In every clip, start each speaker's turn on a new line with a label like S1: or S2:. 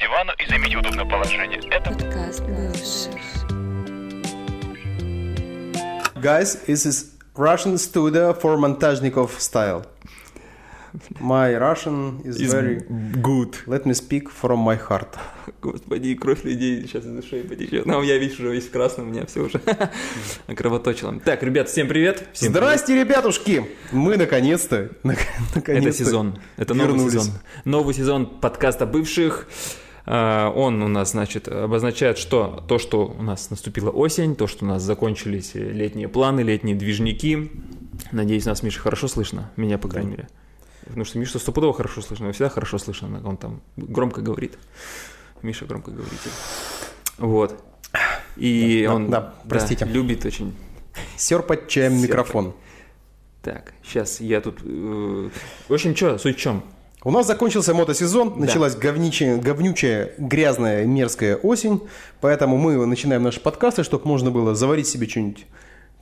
S1: Уступить в удобное положение. Это
S2: Подкаст бывших.
S3: Guys, this is Russian studio for Montajnikov style. My Russian is,
S4: Is
S3: very...
S4: good.
S3: Let me speak from my heart.
S4: Господи, и кровь людей сейчас из ушей потечет. Ну, я, видишь, уже весь в красном, у меня все уже окровоточило. Так, ребят, всем привет. Всем привет.
S3: Здрасте, ребятушки! Мы наконец-то... нак- наконец-то-
S4: Это сезон. Это новый
S3: вернулись.
S4: сезон. Новый сезон подкаста бывших. А, Он у нас, значит, обозначает, что то, что у нас наступила осень, то, что у нас закончились э, летние планы, летние движники. Надеюсь, нас, Миша, хорошо слышно. Меня, по крайней мере. Потому что Миша стопудово хорошо слышно. Его всегда хорошо слышно. Он там громко говорит. Миша громко говорит. Вот. И
S3: Да,
S4: он
S3: да, простите.
S4: любит очень
S3: Серпать чаем
S4: Серпать.
S3: микрофон.
S4: так, сейчас я тут... э, В общем, что, суть в чем?
S3: У нас закончился мотосезон,
S4: Да.
S3: началась говничая, говнючая, грязная, мерзкая осень, поэтому мы начинаем наши подкасты, чтобы можно было заварить себе что-нибудь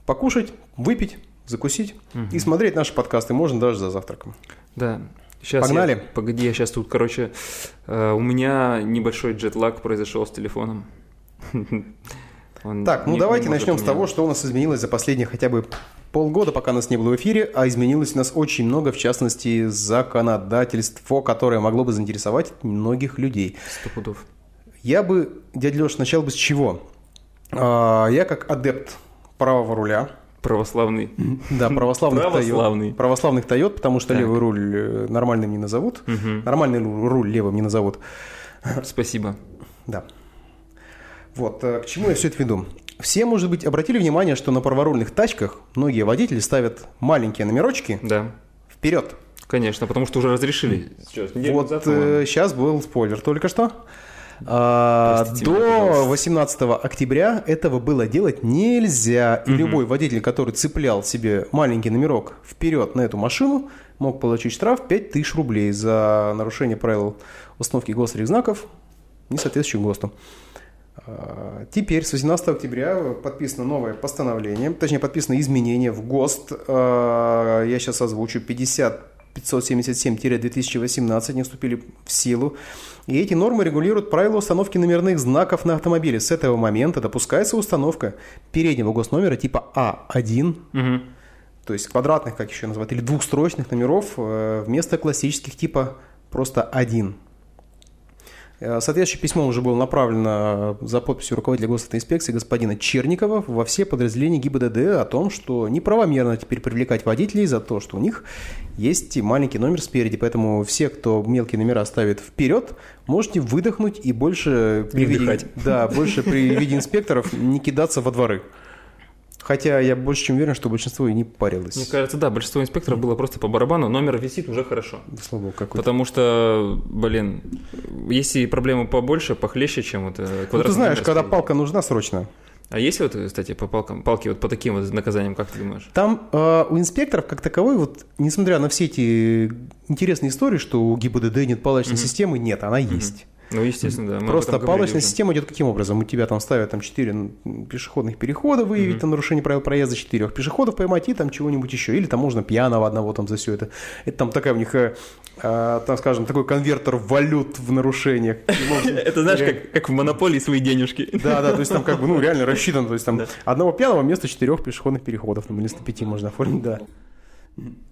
S3: покушать, выпить, закусить и смотреть наши подкасты можно даже за завтраком.
S4: Да. Сейчас
S3: Погнали.
S4: погоди, я сейчас тут, короче, э, у меня небольшой джетлаг произошел с телефоном. Он
S3: Так, ну
S4: не- не
S3: давайте
S4: может
S3: начнем
S4: у
S3: с
S4: меня-
S3: того, что у нас изменилось за последние хотя бы полгода, пока нас не было в эфире, а изменилось у нас очень много, в частности, законодательство, которое могло бы заинтересовать многих людей.
S4: Сто пудов.
S3: Я бы, дядя Леша, начал бы с чего? А, Я как адепт правого руля,
S4: Православный.
S3: да, православных
S4: Православный.
S3: Тойот, православных Тойот, потому что
S4: Так.
S3: левый руль э, нормальным не назовут,
S4: Мгм.
S3: нормальный ру- руль левым не назовут,
S4: Спасибо.
S3: да. Вот, э, к чему я все это веду? Все, может быть, обратили внимание, что на праворульных тачках многие водители ставят маленькие номерочки
S4: Да.
S3: вперед.
S4: Конечно, потому что уже разрешили. Сейчас, неделю
S3: Вот
S4: назад, по-моему.
S3: сейчас был спойлер только что. А,
S4: Простите меня,
S3: до
S4: пожалуйста.
S3: 18 октября этого было делать нельзя. И любой водитель, который цеплял себе маленький номерок вперед на эту машину, мог получить штраф 5000 рублей за нарушение правил установки госрегзнаков, не соответствующих ГОСТу. А, Теперь с 18 октября подписано новое постановление, точнее подписано изменение в ГОСТ. А, Я сейчас озвучу 50 577-2018 не вступили в силу. И эти нормы регулируют правила установки номерных знаков на автомобиле. С этого момента допускается установка переднего госномера типа А1,
S4: Мгм.
S3: то есть квадратных, как еще называют, или двухстрочных номеров э, вместо классических типа просто один. Э, Соответствующее письмо уже было направлено э, за подписью руководителя госавтоинспекции господина Черникова во все подразделения ГИБДД о том, что неправомерно теперь привлекать водителей за то, что у них есть и маленький номер спереди. Поэтому все, кто мелкие номера ставит вперед, можете выдохнуть и больше
S4: Не
S3: виде-
S4: вдыхать.
S3: да, больше при виде инспекторов не кидаться во дворы. Хотя я больше чем уверен, что большинство и не парилось.
S4: Мне кажется, да, большинство инспекторов было просто по барабану. Номер висит уже хорошо.
S3: Слава богу, какой-то.
S4: Потому что, блин, есть и проблемы побольше, похлеще, чем вот э,
S3: Ну,
S4: квадратный
S3: ты знаешь,
S4: метр
S3: когда
S4: стоит.
S3: палка нужна срочно.
S4: А есть вот, кстати, по палкам, палки вот по таким вот наказаниям, как ты думаешь?
S3: Там э, у инспекторов как таковой, вот, несмотря на все эти интересные истории, что у ГИБДД нет палочной системы, нет, она есть.
S4: Ну, естественно, да. мы об
S3: Просто
S4: этом говорили
S3: палочная
S4: уже.
S3: система идет каким образом? У тебя там ставят там 4 пешеходных перехода, выявить там нарушение правил проезда, четырех пешеходов поймать и там чего-нибудь еще. Или там можно пьяного одного там за все это. Это там такая у них, э, э, там, скажем, такой конвертер валют в нарушениях. И можно-
S4: Это знаешь, как, как в монополии свои денежки.
S3: Да, да, то есть там как бы, ну, реально рассчитано, то есть там одного пьяного вместо четырех пешеходных переходов, ну, там, вместо пяти можно оформить, да.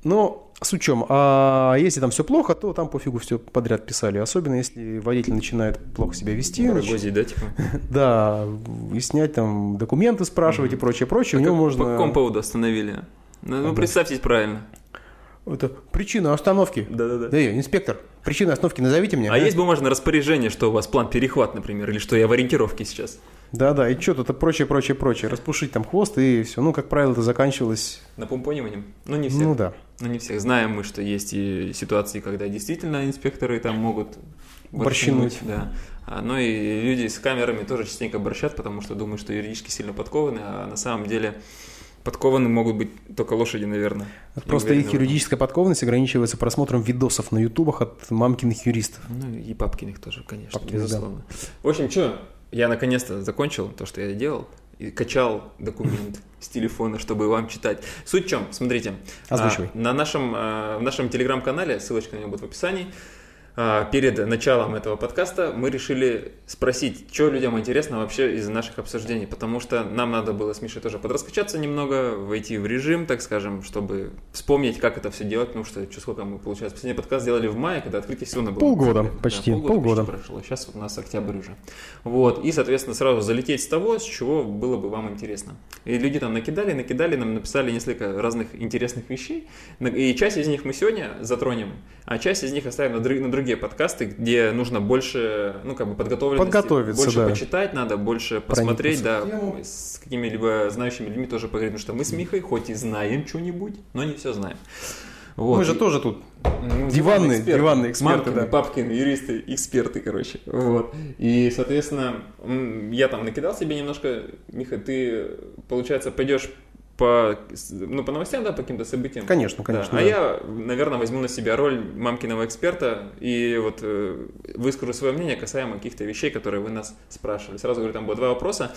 S3: Но с учем, а если там все плохо, то там пофигу все подряд писали. Особенно если водитель начинает плохо себя вести, нач-
S4: Рогозий, да, типа?
S3: да, и снять там документы, спрашивать и прочее, прочее, у него
S4: А По
S3: можно...
S4: какому поводу остановили? Ну, ну, представьтесь правильно.
S3: Это причина остановки.
S4: Да-да-да.
S3: Эй, инспектор, причина остановки назовите мне.
S4: А есть бумажное распоряжение, что у вас план перехват, например, или что я в ориентировке сейчас?
S3: Да-да, и что-то это прочее, прочее, прочее. Распушить там хвост и все. Ну, как правило, это заканчивалось...
S4: На помпонивании? Ну, не всех.
S3: Ну да.
S4: Ну, не всех. Знаем мы, что есть и ситуации, когда действительно инспекторы там могут...
S3: Борщинуть.
S4: борщинуть, Да. А, Ну и люди с камерами тоже частенько борщат, потому что думают, что юридически сильно подкованы, а на самом деле подкованы могут быть только лошади, наверное. Я
S3: Просто
S4: уверен
S3: их
S4: в этом.
S3: юридическая подкованность ограничивается просмотром видосов на ютубах от мамкиных юристов.
S4: Ну и Папкиных тоже, конечно,
S3: Папкиных, да.
S4: безусловно. В общем, что, я наконец-то закончил то, что я делал, и качал документ с телефона, чтобы вам читать. Суть в чем, смотрите.
S3: Озвучивай.
S4: а, на нашем, а, в нашем телеграм-канале, ссылочка на него будет в описании, перед началом этого подкаста мы решили спросить, что людям интересно вообще из наших обсуждений, потому что нам надо было с Мишей тоже подраскачаться немного, войти в режим, так скажем, чтобы вспомнить, как это все делать, потому что что сколько мы, получается, последний подкаст сделали в мае, когда открытие сезона было.
S3: Полгода почти,
S4: да, полгода,
S3: полгода.
S4: почти прошло, сейчас у нас октябрь уже. Вот, и, соответственно, сразу залететь с того, с чего было бы вам интересно. И люди там накидали, накидали, нам написали несколько разных интересных вещей, и часть из них мы сегодня затронем, а часть из них оставим на, друг, на другие другие подкасты, где нужно больше, ну, как бы подготовленности.
S3: Подготовиться,
S4: Больше
S3: да.
S4: посчитать надо, больше посмотреть, да,
S3: тему.
S4: с какими-либо знающими людьми тоже поговорить, потому что мы с Михой хоть и знаем что-нибудь, но не все знаем. Вот.
S3: Мы же
S4: И-
S3: тоже тут.
S4: ну,
S3: Диванные- диванные эксперты,
S4: Мамкины,
S3: да.
S4: папкины, юристы, эксперты, короче. Вот. И, соответственно, м, я там накидал себе немножко. Миха, ты, получается, пойдешь по, с- ну, по новостям, да, по каким-то событиям?
S3: Конечно,
S4: Да.
S3: конечно,
S4: А
S3: да.
S4: я, наверное, возьму на себя роль мамкиного эксперта и вот э, выскажу свое мнение касаемо каких-то вещей, которые вы нас спрашивали. Сразу говорю, там было два вопроса.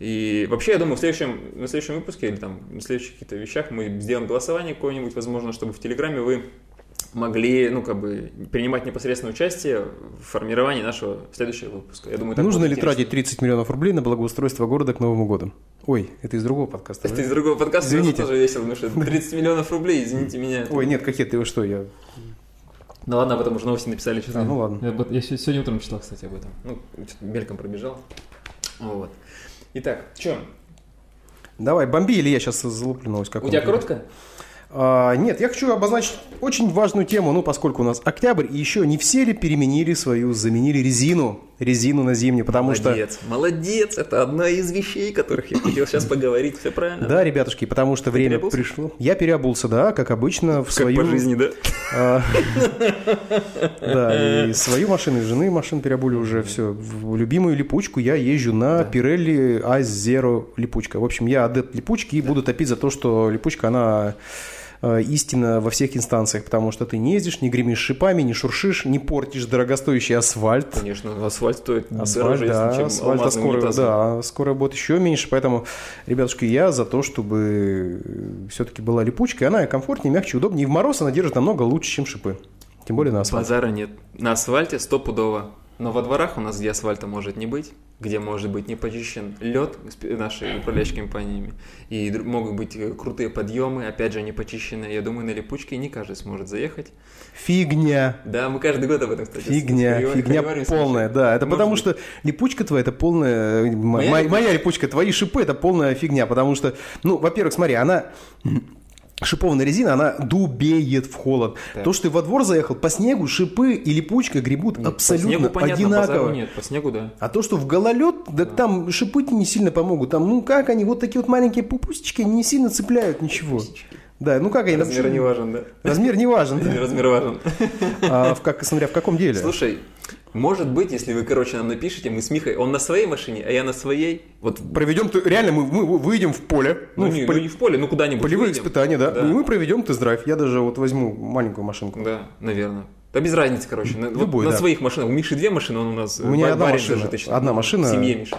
S4: И вообще, я думаю, в следующем, на следующем выпуске или там на следующих каких-то вещах мы сделаем голосование какое-нибудь, возможно, чтобы в Телеграме вы могли, ну, как бы, принимать непосредственное участие в формировании нашего следующего выпуска. Я думаю, так
S3: Нужно
S4: будет
S3: ли
S4: интересно.
S3: тратить 30 миллионов рублей на благоустройство города к Новому году? Ой, это из другого подкаста. да?
S4: Это из другого подкаста
S3: Извините.
S4: тоже тоже весело, потому что 30 миллионов рублей, извините меня.
S3: Ой, нет, какие ты, вы что, я...
S4: Ну ладно, об этом уже новости написали. чё-то.
S3: А, ну ладно.
S4: Я, об этом- я сё- сегодня утром читал, кстати, об этом. Ну, чё-то мельком пробежал. Вот. Итак, что,
S3: Давай, бомби, или я сейчас залуплю новость
S4: у
S3: какую-нибудь.
S4: тебя коротко?
S3: А, нет, я хочу обозначить очень важную тему, ну, поскольку у нас октябрь, и еще не все ли переменили свою, заменили резину, резину на зимнюю, потому что...
S4: Молодец, молодец, это одна из вещей, которых я хотел сейчас поговорить, все правильно.
S3: Да, ребятушки, потому что время
S4: переобулся?
S3: пришло. Я переобулся, да, как обычно, в
S4: Как
S3: свою...
S4: по жизни, да?
S3: А, Да, и свою машину, и жены машин переобули уже все. В любимую липучку я езжу на Pirelli A0 липучка. В общем, я адепт липучки и буду топить за то, что липучка, она э, истина во всех инстанциях, потому что ты не ездишь, не гремишь шипами, не шуршишь, не портишь дорогостоящий асфальт.
S4: Конечно, асфальт стоит
S3: Асфальт,
S4: дороже, если, чем
S3: да, асфальт, а
S4: алмазный
S3: скоро,
S4: унитаз.
S3: да, скоро будет еще меньше, поэтому, ребятушки, я за то, чтобы все-таки была липучка, и она комфортнее, мягче, удобнее, и в мороз она держит намного лучше, чем шипы, тем более на асфальте.
S4: Базара нет. На асфальте стопудово. Но во дворах у нас, где асфальта может не быть, где может быть не почищен лед с пи- нашими управляющими компаниями, и дру- могут быть э, крутые подъемы, опять же, не почищенные. Я думаю, на липучке не каждый сможет заехать.
S3: Фигня.
S4: Да, мы каждый год об этом, кстати, с-
S3: Фигня,
S4: говорим-
S3: фигня
S4: говорим с Мишей.
S3: полная, да. Это
S4: Может
S3: потому
S4: быть.
S3: что липучка твоя, это полная... э, м-
S4: Моя
S3: Моя,
S4: липучка?
S3: моя липучка, твои шипы, это полная фигня, потому что, ну, во-первых, смотри, она... Шипованная резина, она дубеет в холод.
S4: Так.
S3: То, что ты во двор заехал, по снегу шипы и липучка гребут
S4: Нет,
S3: абсолютно
S4: По снегу понятно, базару
S3: одинаково.
S4: нет, по снегу, да.
S3: А то, что в гололед, да,
S4: Да.
S3: там шипы тебе не сильно помогут. Там, ну как они, вот такие вот маленькие пупусечки, они не сильно цепляют ничего. Да, ну как они... там-
S4: Размер не важен, да?
S3: Размер не важен. да.
S4: Размер важен.
S3: А в как, смотря в каком деле.
S4: Слушай, может быть, если вы, короче, нам напишите, мы с Михой, он на своей машине, а я на своей, вот
S3: Проведем, ты- реально, мы, мы выйдем в поле.
S4: Ну,
S3: ну, в
S4: не,
S3: поле-
S4: ну, не в поле, ну куда-нибудь.
S3: Полевые
S4: выйдем.
S3: испытания, да.
S4: Да.
S3: И мы проведем тест-драйв. Я даже вот возьму маленькую машинку.
S4: Да, наверное. Да без разницы, короче. На, вот
S3: Любой,
S4: на
S3: да.
S4: своих машинах. У Миши две машины, он у нас
S3: У меня
S4: ба-
S3: одна
S4: барин
S3: машина.
S4: зажиточный.
S3: Одна машина.
S4: В семье Миши.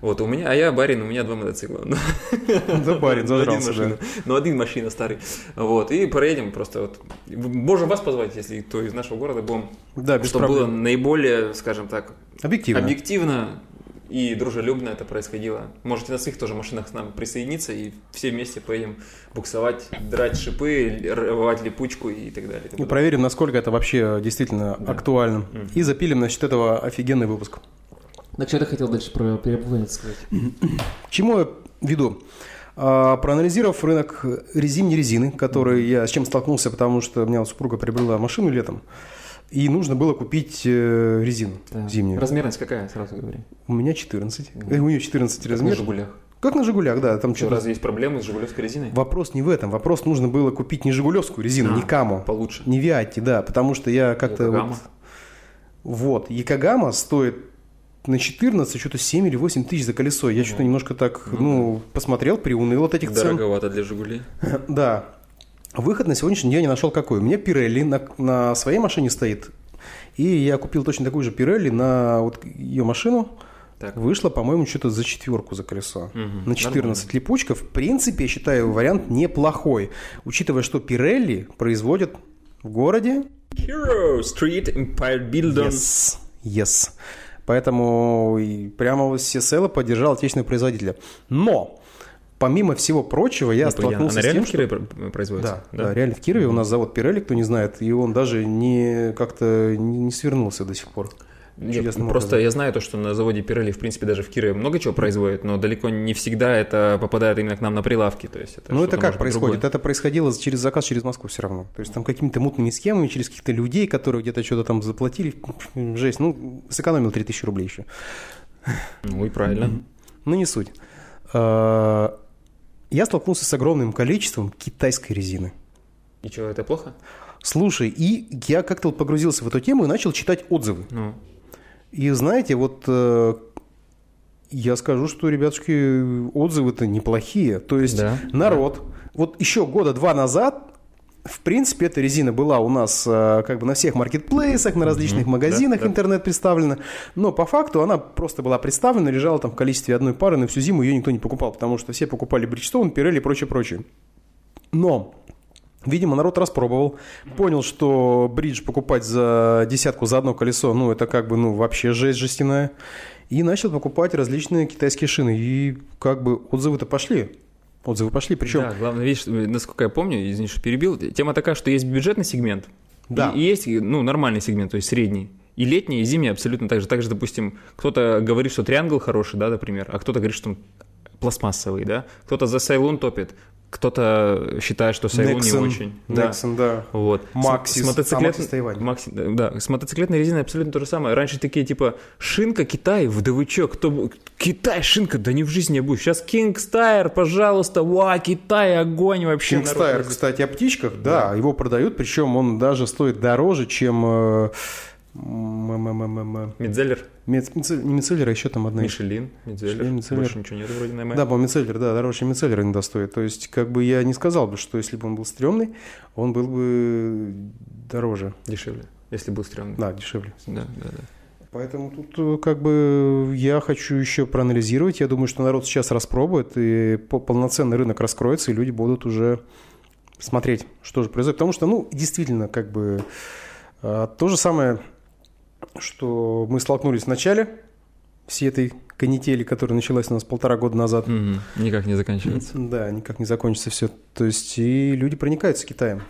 S4: Вот, у меня, а я барин, у меня два мотоцикла. Ну,
S3: Да, барин,
S4: ну, один
S3: зажрался,
S4: машина.
S3: да.
S4: Ну, один машина старый. Вот, и проедем просто вот. Можем вас позвать, если кто из нашего города будем.
S3: Да, без
S4: Чтобы было
S3: проблем.
S4: наиболее, скажем так,
S3: Объективно.
S4: объективно и дружелюбно это происходило. Можете на своих тоже машинах с нами присоединиться и все вместе поедем буксовать, драть шипы, л- рвать липучку и так далее.
S3: И Ну, проверим, насколько это вообще действительно актуально. И запилим насчет этого офигенный выпуск.
S1: Так что ты хотел дальше про переобувание сказать?
S3: К чему я веду? А, Проанализировав рынок резинной резины, который я с чем столкнулся, потому что у меня вот супруга приобрела машину летом, и нужно было купить э, резину
S1: Да.
S3: зимнюю.
S4: Размерность какая, сразу говори.
S3: У меня 14. Э, У нее 14
S4: На
S3: размер.
S4: Жигулях.
S3: Как на Жигулях, да, там
S4: Что,
S3: что-то
S4: разве есть проблемы с жигулевской резиной?
S3: Вопрос не в этом. Вопрос нужно было купить не Жигулевскую резину,
S4: А,
S3: не Каму.
S4: Получше.
S3: Не Виатти, да, потому что я как-то...
S4: Якогама.
S3: Вот, вот, Якогама стоит на 14, что-то 7 или 8 тысяч за колесо. Я что-то немножко так, ну, посмотрел, приуныл от этих цен.
S4: Дороговато для Жигулей.
S3: Да. Выход на сегодняшний день я не нашел какой. У меня Пирелли на, на своей машине стоит. И я купил точно такую же Пирелли на вот ее машину.
S4: Так.
S3: Вышло, по-моему, что-то за четверку за колесо.
S4: Мгм.
S3: На 14 липучка. В принципе, я считаю, вариант неплохой. Учитывая, что Пирелли производят в городе
S4: Hero Street Empire Building.
S3: Yes. Yes. Поэтому и прямо вот CSL поддержал отечественного производителя. Но, помимо всего прочего, я столкнулся
S4: Ну, Она
S3: с
S4: реально
S3: тем,
S4: в
S3: что...
S4: Кирове про- производится?
S3: Да, да, реально в Кирове у нас завод Пирелли, кто не знает, и он даже не как-то не не свернулся до сих пор.
S4: Нет, ну,
S3: Чудесным
S4: просто
S3: образом.
S4: я знаю то, что на заводе Пирелли, в принципе, даже в Кирове много чего производят, но далеко не всегда это попадает именно к нам на прилавки. То есть это
S3: Ну это
S4: что-то
S3: как
S4: может быть
S3: происходит?
S4: другое.
S3: Это происходило через заказ через Москву все равно. То есть там какими-то мутными схемами, через каких-то людей, которые где-то что-то там заплатили. Жесть, ну сэкономил 3000 рублей еще.
S4: Ну и правильно.
S3: Ну не суть. Э, Я столкнулся с огромным количеством китайской резины.
S4: И чего, это плохо?
S3: Слушай, и я как-то вот погрузился в эту тему и начал читать отзывы.
S4: Ну,
S3: И знаете, вот э, я скажу, что, ребятушки, отзывы-то неплохие. То есть
S4: Да.
S3: народ, вот еще года два назад, в принципе, эта резина была у нас э, как бы на всех маркетплейсах, на различных
S4: Мгм.
S3: магазинах
S4: Да, да.
S3: интернет представлена. Но по факту она просто была представлена, лежала там в количестве одной пары, на всю зиму ее никто не покупал, потому что все покупали Бриджстоун, Пирелли и прочее-прочее. Но, видимо, народ распробовал, понял, что бридж покупать за десятку за одно колесо, ну, это как бы, ну, вообще жесть жестяная. И начал покупать различные китайские шины. И как бы отзывы-то пошли. Отзывы пошли. Причем,
S4: да, главное, видишь, насколько я помню, извини, что перебил, тема такая, что есть бюджетный сегмент,
S3: Да.
S4: и, и есть, ну, нормальный сегмент, то есть средний. И летний, и зимний абсолютно так же. Также, допустим, кто-то говорит, что триангл хороший, да, например, а кто-то говорит, что он пластмассовый, да. Кто-то за Сайлун топит, кто-то считает, что Сайлун не
S3: Nexon,
S4: очень. Да.
S3: Nexon, да.
S4: Вот. С-
S3: Maxis,
S4: с,
S3: а
S4: мотоциклет...
S3: Maxis Тайвань.
S4: Maxi- Да, с мотоциклетной резиной абсолютно то же самое. Раньше такие типа шинка Китай, да вы чё, кто... бу- Китай, шинка, да не в жизни не будет. Сейчас Кингстайр, пожалуйста, ва, Китай, огонь вообще. народ
S3: Кингстайр,
S4: ездит.
S3: кстати, о птичках, да, его продают, причем он даже стоит дороже, чем... э, м- м- м- м- м-
S4: Медзеллер,
S3: Мец- мицель- не мицеллер, а еще там одна. еще.
S4: Мишелин, Медзеллер.
S3: Мишелин, Медзеллер.
S4: Больше ничего нет вроде на
S3: Да, по мицеллер, да, дороже, чем мицеллер иногда стоит. То есть, как бы я не сказал бы, что если бы он был стрёмный, он был бы дороже,
S4: Дешевле, если был стрёмный.
S3: да, дешевле.
S4: Да, да, да.
S3: Поэтому тут э, как бы я хочу еще проанализировать. Я думаю, что народ сейчас распробует, и по- полноценный рынок раскроется, и люди будут уже смотреть, что же произойдет. Потому что, ну, действительно, как бы э, то же самое, что мы столкнулись в начале всей этой канители, которая началась у нас полтора года назад.
S4: Мгм. Никак не заканчивается.
S3: Да, никак не закончится все. То есть и люди проникаются Китаем.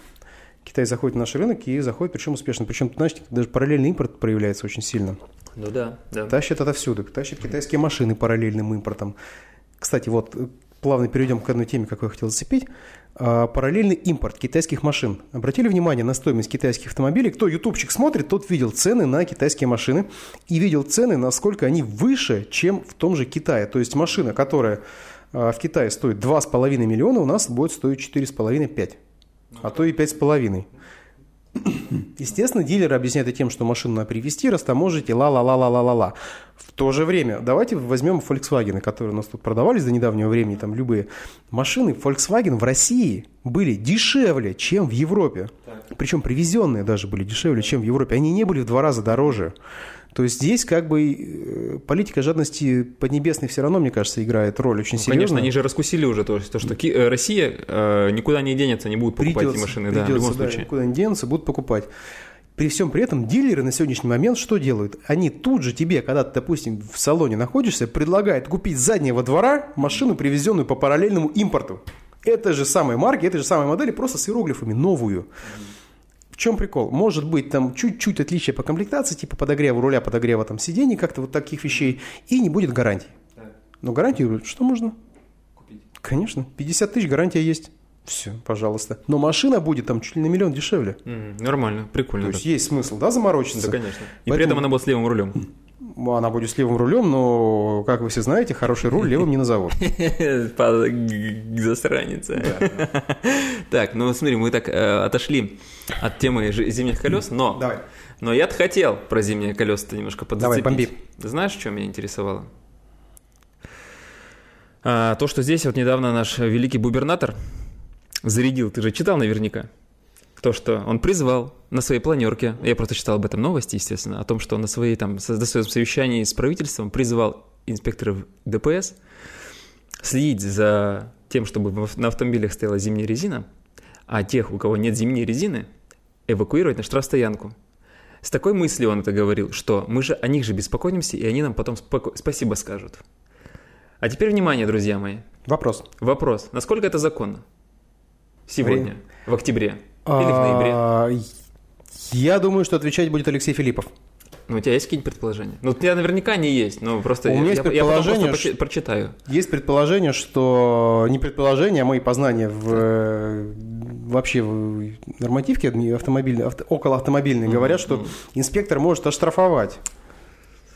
S3: Китай заходит в наш рынок и заходит, причем успешно. Причем, ты знаешь, даже параллельный импорт проявляется очень сильно.
S4: Ну да, да.
S3: Тащат отовсюду, тащат китайские машины параллельным импортом. Кстати, вот э, плавно перейдем к одной теме, какую я хотел зацепить. А, Параллельный импорт китайских машин. Обратили внимание на стоимость китайских автомобилей? Кто ютубчик смотрит, тот видел цены на китайские машины и видел цены, насколько они выше, чем в том же Китае. То есть машина, которая а, в Китае стоит 2,5 миллиона, у нас будет стоить 4,5-5, а то и 5,5. Естественно, дилер объясняет это тем, что машину надо привезти, растаможить и ла-ла-ла-ла-ла-ла-ла. В то же время давайте возьмем Volkswagen, которые у нас тут продавались до недавнего времени, там любые машины Volkswagen в России были дешевле, чем в Европе. Причем привезенные даже были дешевле, чем в Европе. Они не были в два раза дороже. То есть здесь как бы э, политика жадности Поднебесной все равно, мне кажется, играет роль очень
S4: Ну,
S3: серьезно.
S4: Конечно, они же раскусили уже то, то что Ки- э, Россия э, никуда не денется, не будут покупать эти
S3: Придется,
S4: машины, да, в
S3: придется,
S4: любом
S3: да,
S4: случае.
S3: Куда они денутся, будут покупать. При всем при этом дилеры на сегодняшний момент что делают? Они тут же тебе, когда ты, допустим, в салоне находишься, предлагают купить с заднего двора машину, привезенную по параллельному импорту. Это же самой марки, это же самой модели, просто с иероглифами, новую. В чем прикол? Может быть, там чуть-чуть отличие по комплектации, типа подогрева руля, подогрева там сидений, как-то вот таких вещей, и не будет гарантий. Но гарантию что можно? Конечно, 50 тысяч гарантия есть. Все, пожалуйста. Но машина будет там чуть ли на миллион дешевле.
S4: Мгм. Нормально, прикольно.
S3: То
S4: Ну да.
S3: есть есть смысл, да, заморочиться?
S4: Да, конечно. И
S3: Поэтому-
S4: при этом она была с левым рулем.
S3: Она будет с левым рулем, но, как вы все знаете, хороший руль левым не назовут.
S4: Засранница. Так, ну смотри, мы так э, отошли от темы жи- зимних колес, но...
S3: Давай.
S4: Но я-то хотел про зимние колеса немножко
S3: Давай,
S4: подзацепить.
S3: бомби.
S4: Знаешь, что меня интересовало? А, то, что здесь вот недавно наш великий губернатор зарядил, ты же читал наверняка, то, что он призвал на своей планерке, я просто читал об этом новости, естественно, о том, что он на, своей, там, со- на своем совещании с правительством призвал инспекторов ДПС следить за тем, чтобы в- на автомобилях стояла зимняя резина, а тех, у кого нет зимней резины, эвакуировать на штрафстоянку. С такой мыслью он это говорил, что мы же о них же беспокоимся, и они нам потом споко- спасибо скажут. А теперь внимание, друзья мои.
S3: Вопрос.
S4: Вопрос. Насколько это законно? Сегодня, в октябре или в ноябре?
S3: А, Я думаю, что отвечать будет Алексей Филиппов.
S4: Ну, у тебя есть какие-нибудь предположения? Ну, у тебя наверняка они есть, но просто
S3: У меня
S4: я,
S3: есть
S4: я- я потом просто
S3: предположение,
S4: почи-
S3: что-
S4: прочитаю.
S3: Есть предположение, что не предположение, а мои познания в э, вообще в нормативке адми- автомобильной, авто- около автомобильной говорят, что инспектор может оштрафовать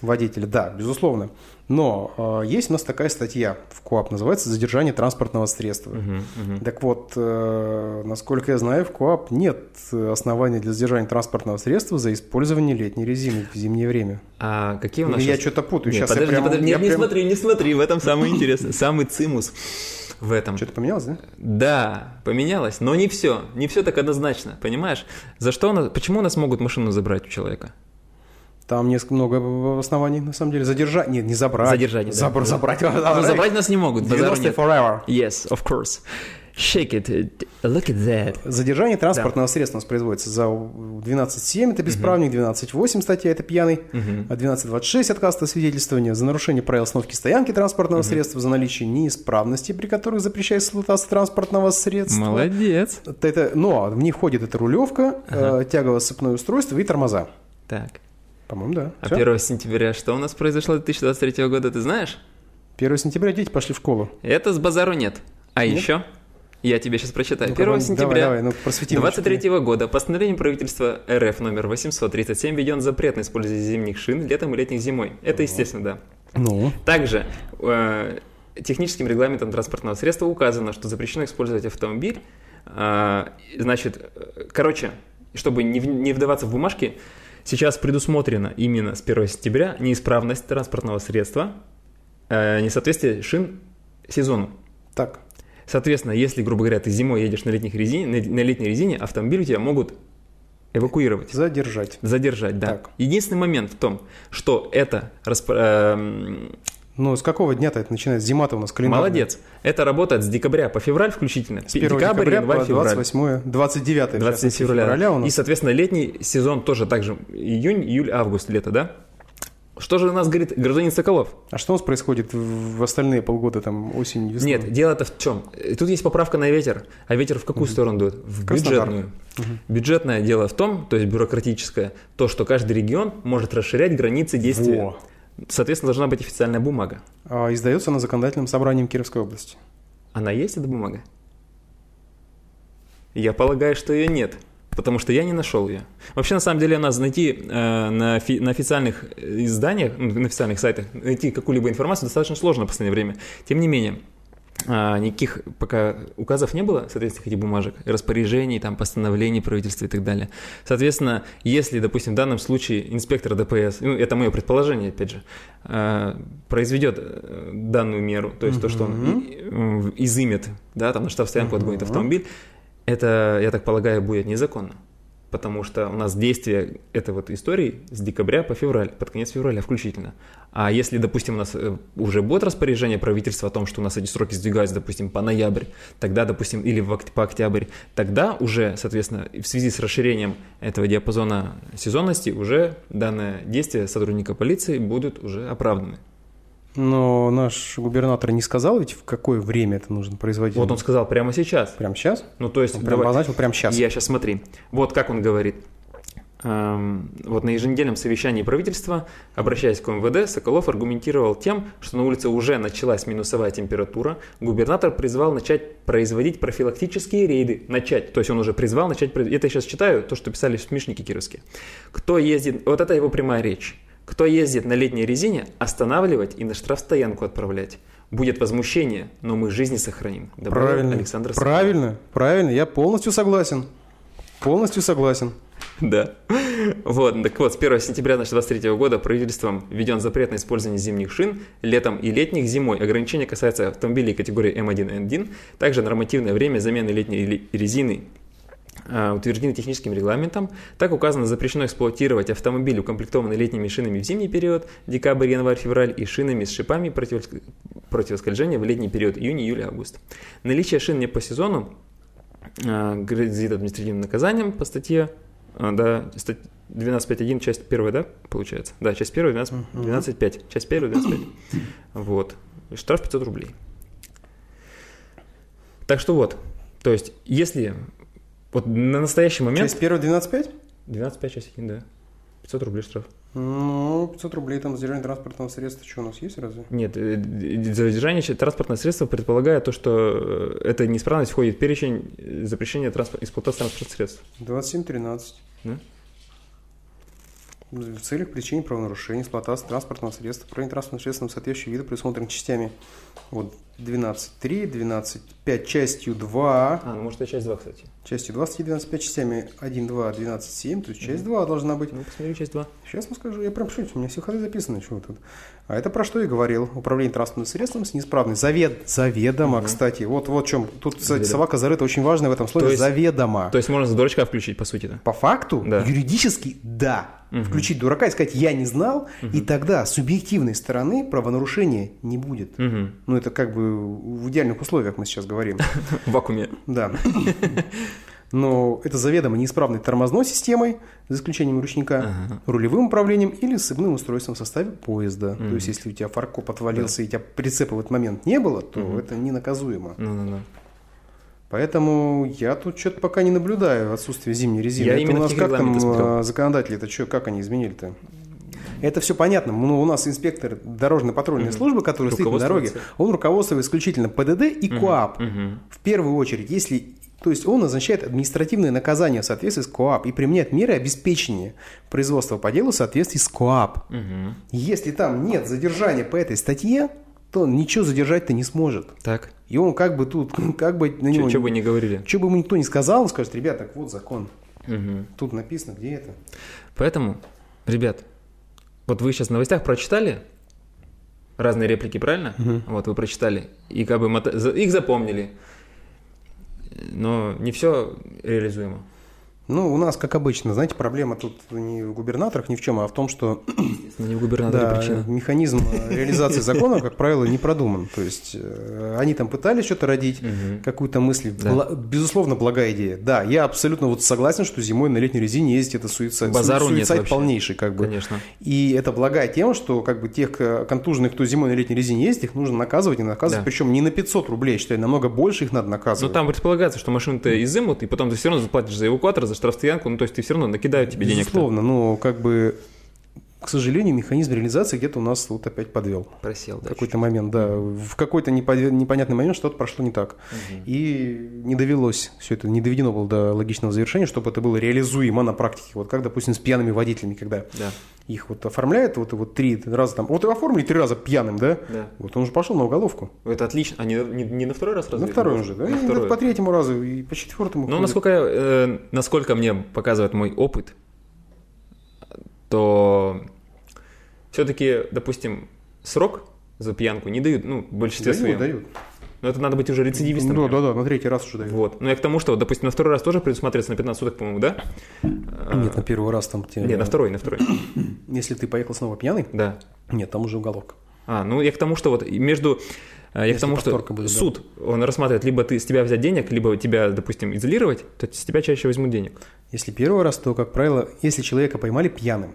S3: водителя. Да, безусловно. Но э, есть у нас такая статья в КОАП, называется «Задержание транспортного средства».
S4: Мгм, мгм.
S3: Так вот, э, насколько я знаю, в КОАП нет э, оснований для задержания транспортного средства за использование летней резины в зимнее время.
S4: А какие у нас
S3: Или Ну, я
S4: щас-
S3: что-то путаю.
S4: Нет,
S3: Сейчас
S4: подожди,
S3: я прям-
S4: подожди,
S3: я
S4: нет, не
S3: прям-
S4: смотри, не смотри, в этом самое интересное, самый цимус в этом.
S3: Что-то поменялось, да?
S4: Да, поменялось, но не все, не все так однозначно, понимаешь? За что у нас, почему у нас могут машину забрать у человека?
S3: Там несколько много оснований, на самом деле. Задержать, нет, не забрать.
S4: Задержание, да.
S3: Забр- Забрать.
S4: Ну, забрать нас не могут, базару
S3: 90
S4: нет.
S3: forever.
S4: Yes, of course. Shake it, look at that.
S3: Задержание транспортного средства у нас производится за 12.7, это бесправник, 12.8 статья, это пьяный, а 12.26 отказ от свидетельствования, за нарушение правил остановки стоянки транспортного средства, за наличие неисправности, при которых запрещается эксплуатация транспортного средства.
S4: Молодец.
S3: Это- Это, но в них входит эта рулевка, э, тягово-сыпное устройство и тормоза.
S4: Так,
S3: По-моему, да.
S4: а
S3: Всё.
S4: 1 сентября что у нас произошло 2023 года, ты знаешь?
S3: 1 сентября дети пошли в школу.
S4: Это с базару нет. А
S3: Нет?
S4: еще? Я тебе сейчас прочитаю.
S3: Ну-ка,
S4: 1
S3: давай,
S4: сентября
S3: давай, ну, просвети меня, что ты-
S4: 23 года постановлением правительства РФ номер 837 введен запрет на использование зимних шин летом и летних зимой. Это естественно, да.
S3: Ну,
S4: Также э, техническим регламентом транспортного средства указано, что запрещено использовать автомобиль. э, значит, э, короче, чтобы не, в- не вдаваться в бумажки, сейчас предусмотрено именно с 1 сентября неисправность транспортного средства, э, несоответствие шин сезону.
S3: так.
S4: Соответственно, если, грубо говоря, ты зимой едешь на, летних резине, на, на летней резине, автомобиль у тебя могут эвакуировать.
S3: Задержать.
S4: Задержать, да.
S3: Так.
S4: Единственный момент в том, что это распро- эм,
S3: Ну, с какого дня-то это начинается? Зима-то у нас календарная.
S4: Молодец. Это работает с декабря по февраль включительно.
S3: С 1 декабря,
S4: январь,
S3: по
S4: февраль.
S3: 28 29
S4: 27 февраля.
S3: февраля у нас.
S4: И, соответственно, летний сезон тоже также июнь, июль, август, лето, да? Что же у нас говорит гражданин Соколов?
S3: А что у нас происходит в в остальные полгода, там, осень, весна?
S4: Нет, дело-то в чем? Тут есть поправка на ветер. А ветер в какую сторону дует? В
S3: Краснодар.
S4: бюджетную. Бюджетное дело в том, то есть бюрократическое, то, что каждый регион может расширять границы действия.
S3: Во.
S4: Соответственно, должна быть официальная бумага.
S3: А, издается она законодательным собранием Кировской области.
S4: Она есть, эта бумага? Я полагаю, что ее нет, потому что я не нашел ее. Вообще, на самом деле, у нас найти э, на, офи- на официальных изданиях, ну, на официальных сайтах, найти какую-либо информацию достаточно сложно в последнее время. Тем не менее, а, никаких пока указов не было, соответственно, этих бумажек, распоряжений, там, постановлений правительства и так далее. Соответственно, если, допустим, в данном случае инспектор ДПС, ну, это мое предположение, опять же, э, произведет э, данную меру, то есть то, что он и- м, изымет, да, там на штрафстоянку отгонит автомобиль, это, я так полагаю, будет незаконно. Потому что у нас действие этой вот истории с декабря по февраль, под конец февраля включительно. А если, допустим, у нас э, уже будет распоряжение правительства о том, что у нас эти сроки сдвигаются, допустим, по ноябрь, тогда, допустим, или в окт- по октябрь, тогда уже, соответственно, в связи с расширением этого диапазона сезонности, уже данное действие сотрудника полиции будут уже оправданы.
S3: Но наш губернатор не сказал ведь, в какое время это нужно производить.
S4: Вот он сказал прямо сейчас.
S3: Прямо сейчас?
S4: Ну, то есть...
S3: Он прям
S4: давай-
S3: обозначил прямо сейчас.
S4: Я сейчас смотри. Вот как он говорит. Эм, Вот на еженедельном совещании правительства, обращаясь к МВД, Соколов аргументировал тем, что на улице уже началась минусовая температура. Губернатор призвал начать производить профилактические рейды. Начать. То есть он уже призвал начать... произ- Это я сейчас читаю, то, что писали смешники кировские. Кто ездит... Вот это его прямая речь. Кто ездит на летней резине, останавливать и на штрафстоянку отправлять. Будет возмущение, но мы жизни сохраним. Добавил
S3: правильно.
S4: Александр Соколов.
S3: правильно, правильно. Я полностью согласен. Полностью согласен.
S4: Да. Вот, так вот, с 1 сентября 2023 года правительством введен запрет на использование зимних шин летом и летних зимой. Ограничение касается автомобилей категории М1 N1. Также нормативное время замены летней ли- резины а, утверждены техническим регламентом. Так указано, запрещено эксплуатировать автомобиль, укомплектованный летними шинами в зимний период, декабрь, январь, февраль, и шинами с шипами противоск- противоскольжения в летний период, июнь, июль, август. Наличие шин не по сезону а, грозит административным э, наказанием по статье а, да, стать- 12.5.1, часть первая, да, получается? Да, часть первая, 12
S3: Мгм.
S4: 12.5, часть первая, 12.5. Вот. И штраф 500 рублей. Так что вот, то есть, если вот на настоящий момент...
S3: Часть первая 12.5?
S4: 12.5, часть 1, да. 500 рублей штраф.
S3: Ну, 500 рублей там задержание транспортного средства. Что у нас есть разве?
S4: Нет, э, д- задержание ч- транспортного средства предполагает то, что э, эта неисправность входит в перечень э, запрещения транспо- эксплуатации транспортных средств.
S3: 27.13.
S4: Да?
S3: В целях причины правонарушения, эксплуатации транспортного средства, управление транспортным средством соответствующего вида предусмотрен частями вот 12.3, 12.5, частью 2,
S4: А, ну может, это часть 2, кстати.
S3: частью 20 и 12.5, частями 1, 2, 12, 7, то есть часть 2 должна быть.
S4: Ну, посмотри, часть 2.
S3: Сейчас мы скажу, я прям шучу, у меня все ходы записаны, чего тут. А это про что и говорил. Управление транспортным средством с неисправной. Завед, заведомо, кстати. Вот, вот в чем. Тут, кстати,
S4: Заведомо.
S3: собака зарыта очень важно в этом слове.
S4: есть-
S3: заведомо.
S4: То есть можно за дурачка включить, по сути-то.
S3: По факту,
S4: Да.
S3: юридически, да.
S4: Мгм.
S3: Включить дурака и сказать «я не знал», и тогда субъективной стороны правонарушения не будет.
S4: Угу.
S3: Ну, это как бы в идеальных условиях мы сейчас говорим.
S4: В вакууме.
S3: Да. Но это заведомо неисправной тормозной системой, за исключением ручника,
S4: Ага.
S3: рулевым управлением или сыпным устройством в составе поезда. То
S4: Мгм.
S3: есть, если у тебя фаркоп отвалился и у тебя прицепа в этот момент не было, то
S4: Мгм.
S3: это не наказуемо.
S4: Ну-ну-ну.
S3: Поэтому я тут что-то пока не наблюдаю отсутствие зимней резины.
S4: Я
S3: это
S4: именно
S3: у нас
S4: такие
S3: как там
S4: регламенты смотрел.
S3: а, законодатели, это что, как они изменили-то? Это все понятно. Ну, у нас инспектор дорожно-патрульной
S4: Мгм.
S3: службы, который стоит на дороге,
S4: Руководствуется.
S3: он руководствуется исключительно ПДД и КОАП.
S4: Мгм.
S3: В первую очередь, если... То есть он назначает административное наказание в соответствии с КОАП и применяет меры обеспечения производства по делу в соответствии с КОАП.
S4: Мгм.
S3: Если там нет задержания по этой статье, то он ничего задержать-то не сможет.
S4: Так. Ну,
S3: И он как бы тут, как бы ну, на него...
S4: Что бы ни говорили.
S3: Что бы ему никто не сказал, он скажет, ребят, так вот закон.
S4: Мгм.
S3: Тут написано, где это.
S4: Поэтому, ребят, вот вы сейчас в новостях прочитали разные реплики, правильно? Вот вы прочитали, и как бы мото- за- их запомнили. Но не все реализуемо.
S3: Ну, у нас, как обычно, знаете, проблема тут не в губернаторах, ни в чем, а в том, что
S4: Не в губернаторе
S3: да,
S4: причина.
S3: механизм э, реализации закона, как правило, не продуман. То есть э, они там пытались что-то родить,
S4: Мгм.
S3: какую-то мысль.
S4: Да.
S3: Бла- Безусловно, благая идея. Да, я абсолютно вот согласен, что зимой на летней резине ездить это суицид.
S4: Базару нет
S3: суицид
S4: вообще.
S3: полнейший, как бы.
S4: Конечно.
S3: И это благая тема, что как бы тех э, контуженных, кто зимой на летней резине ездит, их нужно наказывать и наказывать.
S4: Да.
S3: Причем не на 500 рублей, я считаю, намного больше их надо
S4: Ну
S3: наказывать.
S4: там предполагается, что машину-то изымут, и потом ты все равно заплатишь за эвакуатор, за штрафстоянку, ну то есть ты все равно накидают тебе денег.
S3: Безусловно, но как бы, к сожалению, механизм реализации где-то у нас вот опять подвел.
S4: Просел,
S3: В
S4: да.
S3: какой-то момент, да. В какой-то непо- непонятный момент что-то прошло не так.
S4: Мгм.
S3: И не довелось все это, не доведено было до логичного завершения, чтобы это было реализуемо на практике. Вот как, допустим, с пьяными водителями, когда
S4: Да,
S3: их вот оформляют, вот, вот три раза там, вот его оформили три раза пьяным, да?
S4: да.
S3: Вот он же пошел на уголовку.
S4: Это отлично. А не, не- не на второй раз разве?
S3: на второй уже, да?
S4: На
S3: И
S4: второй.
S3: по третьему разу, и по четвертому.
S4: Ну,
S3: ходит.
S4: насколько, я, э, насколько мне показывает мой опыт, то все-таки, допустим, срок за пьянку не дают, ну, в большинстве
S3: дают,
S4: своем.
S3: дают.
S4: Но это надо быть уже рецидивистом.
S3: Да, да, да, на третий раз уже дают.
S4: Вот. Но я к тому, что, допустим, на второй раз тоже предусматривается на 15 суток, по-моему, да? А,
S3: Нет, на первый раз там тебе...
S4: Не, на второй, на второй.
S3: Если ты поехал снова пьяный,
S4: Да.
S3: нет, там уже уголовка.
S4: А, ну я к тому, что вот и между... э, Я к
S3: Если
S4: тому, что
S3: повторка будет, да.
S4: суд, он рассматривает, либо ты с тебя взять денег, либо тебя, допустим, изолировать, то с тебя чаще возьмут денег.
S3: Если первый раз, то, как правило, если человека поймали пьяным,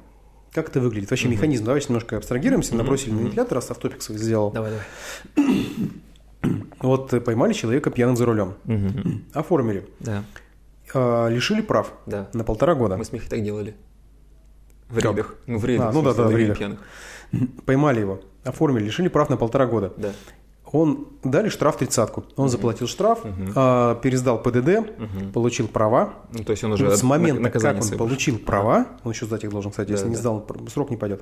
S3: как это выглядит? Вообще механизм, давайте немножко абстрагируемся, набросили на вентилятор, раз автопик свой сделал.
S4: Давай, давай.
S3: Вот э, поймали человека пьяным за рулем, оформили,
S4: Да,
S3: э, лишили прав
S4: да.
S3: на полтора года,
S4: Мы с Михой так делали. В
S3: Как?
S4: рейдах. Ну, в рейдах.
S3: А,
S4: в
S3: ну да,
S4: смысле,
S3: да,
S4: в
S3: в
S4: рейде
S3: рейдах.
S4: пьяных.
S3: поймали его, оформили, лишили прав на полтора года.
S4: Да.
S3: Он дали штраф тридцатку, он заплатил штраф, э, пересдал ПДД, получил права,
S4: Ну, то есть он уже
S3: Ну,
S4: от-
S3: с
S4: на-
S3: момента, как
S4: наказание
S3: он
S4: своё
S3: получил права, он еще сдать их должен, кстати, если
S4: Да,
S3: не
S4: да.
S3: сдал, пр- срок не пойдет.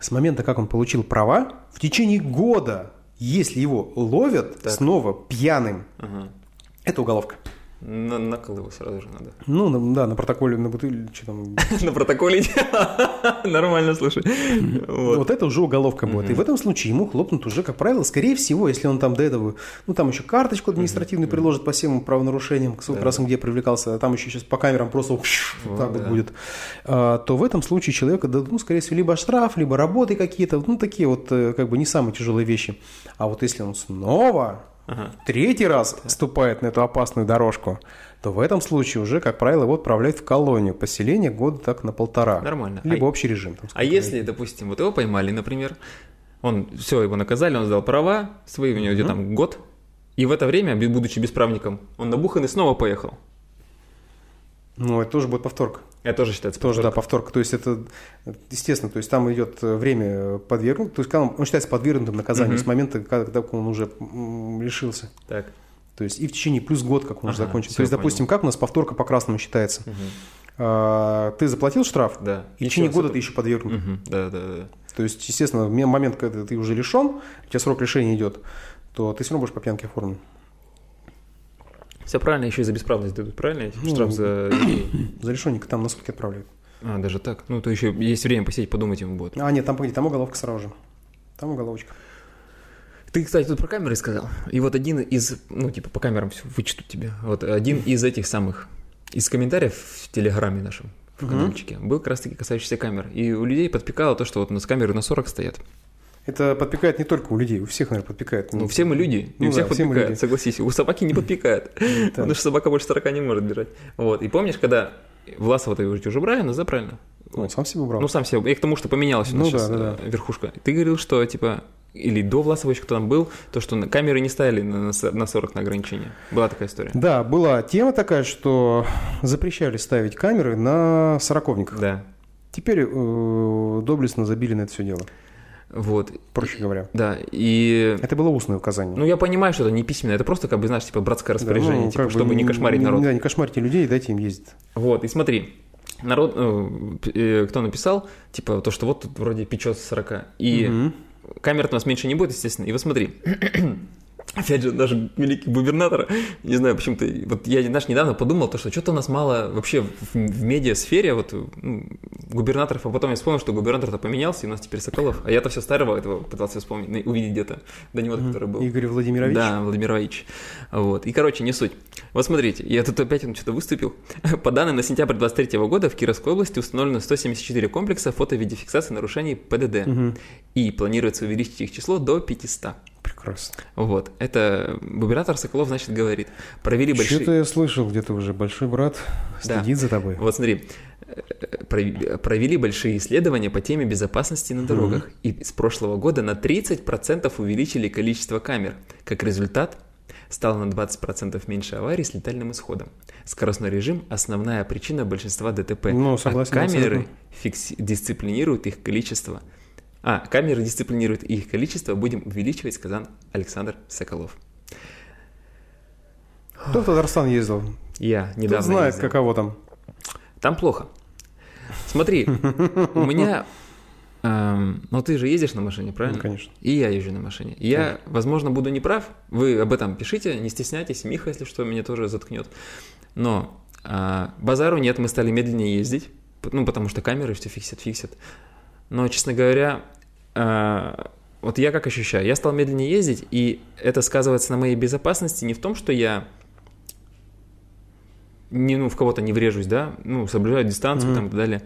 S3: С момента, как он получил права, в течение года, если его ловят
S4: Так.
S3: снова пьяным,
S4: Ага.
S3: это уголовка.
S4: На, накол его сразу же надо.
S3: Ну, на- да, на протоколе, на бутыль, что там.
S4: На протоколе Нормально, слушай.
S3: Вот.
S4: Вот.
S3: это уже уголовка будет. И в этом случае ему хлопнут уже, как правило, скорее всего, если он там до этого, ну там еще карточку административную приложит по всем правонарушениям, к сколько раз он где привлекался, а там еще сейчас по камерам просто вот
S4: Вот,
S3: так вот
S4: да.
S3: будет, А, то в этом случае человека дадут, ну, скорее всего, либо штраф, либо работы какие-то, ну такие вот э, как бы не самые тяжелые вещи. А вот если он снова
S4: Ага.
S3: третий раз вступает на эту опасную дорожку, то в этом случае уже, как правило, его отправляют в колонию поселения года так на полтора.
S4: Нормально.
S3: Либо
S4: А-
S3: общий режим. там,
S4: А
S3: сколько
S4: если, допустим, вот его поймали, например, он все, его наказали, он сдал права, свои у него где там год, и в это время, бе- будучи бесправником, он набухан и снова поехал.
S3: лет. Ну, это тоже будет повторка.
S4: Это тоже считается
S3: Тоже, да, повторка. То есть это, естественно, то есть там идет э, время э, подвергнут, то есть когда он, он считается подвергнутым наказанию
S4: Мгм.
S3: с момента, когда он уже м, лишился.
S4: Так.
S3: То есть и в течение плюс год, как он уже
S4: Ага,
S3: закончил.
S4: всё,
S3: То есть, допустим, как у нас повторка по красному считается? А, ты заплатил штраф,
S4: Да.
S3: и в течение
S4: Ещё
S3: года
S4: с-
S3: ты еще подвергнут.
S4: Мгм, Да, да, да.
S3: То есть, естественно, в ме- момент, когда ты уже лишен, у тебя срок лишения идет, то ты все равно будешь по пьянке оформлен.
S4: Все правильно, еще и за бесправность дадут, правильно?
S3: Ну,
S4: Штраф за детей.
S3: За лишенника там на сутки отправляют.
S4: А, даже так. Ну, то еще есть время посидеть, подумать ему будет.
S3: А, нет, там, погоди, там уголовка сразу же. Там уголовочка.
S4: Ты, кстати, тут про камеры сказал. И вот один из, ну, типа, по камерам все вычтут тебя. Вот один из этих самых, из комментариев в Телеграме нашем, в
S3: Мгм.
S4: каналчике, был как раз-таки касающийся камер. И у людей подпекало то, что вот у нас камеры на 40 стоят.
S3: Это подпекает не только у людей, у всех, наверное, подпекает.
S4: Ну, все мы люди, и
S3: Ну
S4: у всех
S3: да, все мы
S4: подпекает,
S3: люди. Ну
S4: согласись. У собаки не подпекает, потому что собака больше 40 не может бежать. Вот, и помнишь, когда Власова, ты говоришь, уже брали нас, да, правильно?
S3: Он сам себе убрал.
S4: Ну, сам себе, я к тому, что поменялась у нас
S3: Ну да,
S4: сейчас
S3: да, да.
S4: э, верхушка. Ты говорил, что, типа, или до Власова еще кто там был, то, что на- камеры не ставили на, на с- на 40 на ограничение. Была такая история.
S3: Да, была тема такая, что запрещали ставить камеры на сороковниках.
S4: Да.
S3: Теперь э, доблестно забили на это все дело,
S4: Вот.
S3: проще говоря.
S4: Да, и...
S3: Это было устное указание.
S4: Ну, я понимаю, что это не письменное, это просто, как бы, знаешь, типа, братское
S3: Да,
S4: распоряжение,
S3: ну,
S4: типа,
S3: как бы
S4: чтобы не кошмарить народ.
S3: Да, не кошмарите людей, дайте им ездить.
S4: Вот, и смотри, народ, э, п- э, кто написал, типа, то, что вот тут вроде печет 40, и
S3: Мгм.
S4: камер у нас меньше не будет, естественно. И вот смотри, опять же, наш великий губернатор, не знаю, почему-то, вот я, знаешь, недавно подумал, то, что что-то у нас мало вообще в, в медиасфере, вот, ну, губернаторов, а потом я вспомнил, что губернатор-то поменялся, и у нас теперь Соколов, а я-то все старого этого пытался вспомнить, ну, и увидеть где-то, до него, который был.
S3: Игорь Владимирович.
S4: Да, Владимир Владимирович. Вот. И, короче, не суть. Вот смотрите, я тут опять он что-то выступил. По данным на сентябрь 23 года в Кировской области установлено 174 комплекса фото-видеофиксации нарушений ПДД. И планируется увеличить их число до 500.
S3: Прекрасно.
S4: Вот. Это губернатор Соколов, значит, говорит. Провели большие...
S3: Что-то я слышал где-то уже. Большой брат
S4: Да.
S3: следит за тобой.
S4: Вот смотри, э, прови- провели большие исследования по теме безопасности на дорогах. И с прошлого года на 30% увеличили количество камер. Как результат, стало на 20% меньше аварий с летальным исходом. Скоростной режим – основная причина большинства ДТП.
S3: Ну, согласен,
S4: а камеры
S3: абсолютно.
S4: фикси- дисциплинируют их количество. А, камеры дисциплинируют их количество. Будем увеличивать, сказал Александр Соколов.
S3: Кто в Татарстан ездил?
S4: Я недавно
S3: Кто знает,
S4: ездил.
S3: каково там.
S4: Там плохо. Смотри, у меня... эм, ну, ты же ездишь на машине, правильно?
S3: Ну, конечно.
S4: И я езжу на машине. И Я, возможно, буду не прав. Вы об этом пишите, не стесняйтесь. Миха, если что, меня тоже заткнет. Но а, базару нет, мы стали медленнее ездить. п- Ну, потому что камеры все фиксят, фиксят. Но, честно говоря, а, вот я как ощущаю, я стал медленнее ездить, и это сказывается на моей безопасности не в том, что я не, ну, в кого-то не врежусь, да, ну, соблюдаю дистанцию
S3: Мгм.
S4: там и так далее.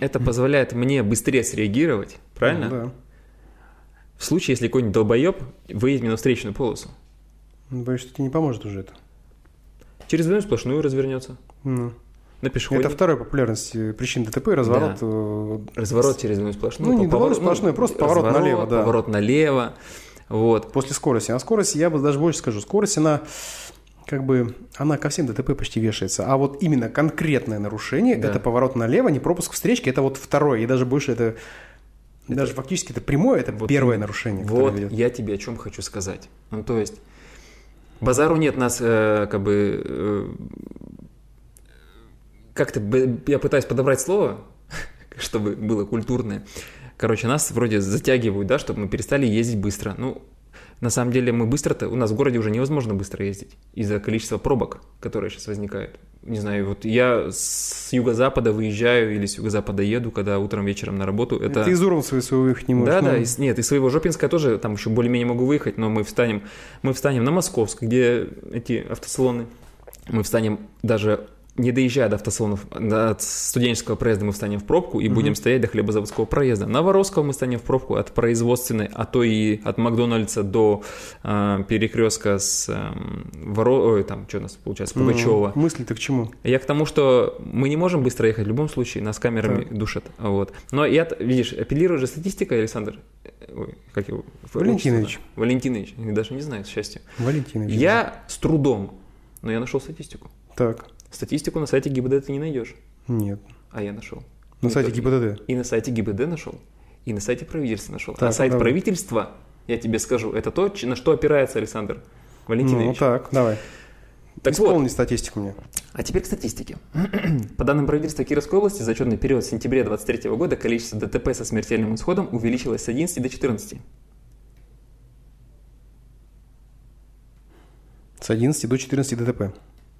S4: Это позволяет мне быстрее среагировать, правильно?
S3: Да.
S4: В случае, если какой-нибудь долбоеб выедет мне на встречную полосу.
S3: Боюсь, что тебе не поможет уже это.
S4: Через двойную сплошную развернется.
S3: Ну.
S4: На
S3: Это
S4: пешеходе.
S3: вторая популярность э, причин ДТП, разворот. э,
S4: Разворот через двойную сплошную.
S3: Ну, не
S4: по-
S3: двойную сплошную, просто поворот
S4: разворот,
S3: налево, да.
S4: Поворот налево. Вот.
S3: После скорости. А скорость, я бы даже больше скажу, скорость, она как бы, она ко всем ДТП почти вешается. А вот именно конкретное нарушение,
S4: Да.
S3: это поворот налево, не пропуск встречки, это вот второе, и даже больше это, даже фактически это прямое, это
S4: Вот
S3: первое
S4: и-
S3: нарушение, которое
S4: Вот
S3: ведет.
S4: я тебе о чем хочу сказать. Ну, то есть, базару нет нас, э, как бы, э, как-то б- я пытаюсь подобрать слово, чтобы было культурное. Короче, нас вроде затягивают, да, чтобы мы перестали ездить быстро. Ну, на самом деле мы быстро-то, у нас в городе уже невозможно быстро ездить из-за количества пробок, которые сейчас возникают. Не знаю, вот я с юго-запада выезжаю или с юго-запада еду, когда утром, вечером на работу. Это...
S3: Ты из Урумца своего их не можешь.
S4: Да,
S3: ну,
S4: да, из- нет, из своего Жопинска я тоже там еще более-менее могу выехать, но мы встанем, мы встанем на Московск, где эти автосалоны, мы встанем даже не доезжая до автосалонов, до студенческого проезда мы встанем в пробку и
S3: Мгм.
S4: будем стоять до хлебозаводского проезда. На Воровского мы встанем в пробку от производственной, а то и от Макдональдса до перекрестка с эм, Воро... Ой, там, что у нас получается,
S3: Ну,
S4: Пугачева.
S3: Мысли-то к чему?
S4: Я к тому, что мы не можем быстро ехать в любом случае, нас камерами душат. Вот. Но я, т- видишь, апеллирую же статистикой, Александр. э, Ой, как его?
S3: Валентинович.
S4: отчество? Валентинович. Я даже не знаю, к счастью.
S3: Валентинович.
S4: Я с трудом, но я нашел статистику.
S3: Так,
S4: Статистику на сайте ГИБДД ты не найдешь,
S3: нет.
S4: а я нашел.
S3: На
S4: И
S3: сайте
S4: то-
S3: ГИБДД.
S4: И на сайте ГИБДД нашел, и на сайте правительства нашел. а
S3: Так,
S4: сайт
S3: давай.
S4: правительства, я тебе скажу, это то, ч- на что опирается Александр
S3: Ну,
S4: Валентинович.
S3: так, давай.
S4: Так вот.
S3: Исполни статистику мне.
S4: А теперь к статистике. По данным правительства Кировской области, за черный период с сентября 2023 года количество ДТП со смертельным исходом увеличилось с 11 до 14.
S3: С 11 до 14 ДТП.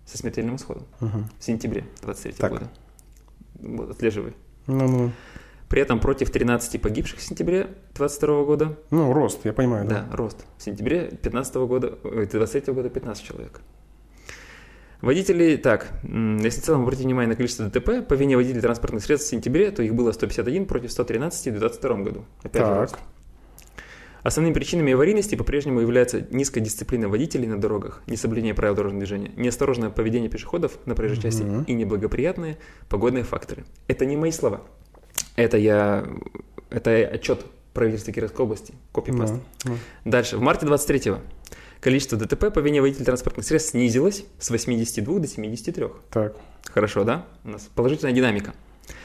S4: Со смертельным исходом.
S3: Мгм.
S4: В сентябре 2023
S3: Так.
S4: года. Вот, отслеживай.
S3: Ну, ну,
S4: При этом против 13 погибших в сентябре 2022 года.
S3: ну, рост, я понимаю.
S4: Да, рост. В сентябре 2015 года, ой, 2023 года 15 человек. Водителей, так, м, если в целом обратить внимание на количество ДТП, по вине водителей транспортных средств в сентябре, то их было 151 против 113 в 2022 году. Опять же рост.
S3: Так,
S4: Основными причинами аварийности по-прежнему являются низкая дисциплина водителей на дорогах, несоблюдение правил дорожного движения, неосторожное поведение пешеходов на проезжей части
S3: Мгм.
S4: и неблагоприятные погодные факторы. Это не мои слова. Это я... Это отчет правительства Кировской области. Копипаст.
S3: ну, ну.
S4: Дальше. В марте 23-го количество ДТП по вине водителей транспортных средств снизилось с 82 до 73.
S3: так.
S4: Хорошо, да? У нас положительная динамика.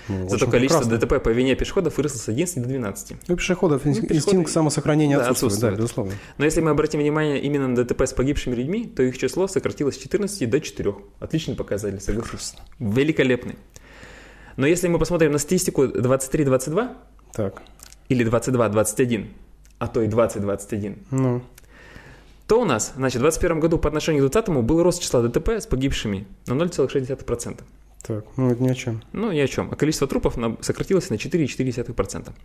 S3: Ну, в
S4: Зато
S3: общем,
S4: количество
S3: прекрасно.
S4: ДТП по вине пешеходов выросло с 11 до 12.
S3: У пешеходов инс-
S4: Ну, пешеходы-
S3: инстинкт самосохранения
S4: Да,
S3: отсутствует, да,
S4: отсутствует.
S3: безусловно.
S4: Но если мы обратим внимание именно на ДТП с погибшими людьми, то их число сократилось с 14 до 4. Отличный показатель, согласен. Великолепный. Но если мы посмотрим на статистику 23-22
S3: Так,
S4: или 22-21, а то и 20-21,
S3: ну,
S4: то у нас, значит, в 2021 году по отношению к 2020 был рост числа ДТП с погибшими на 0,6%.
S3: так, ну, это ни о чем.
S4: Ну, ни о чем. А количество трупов на- сократилось на 4,4%.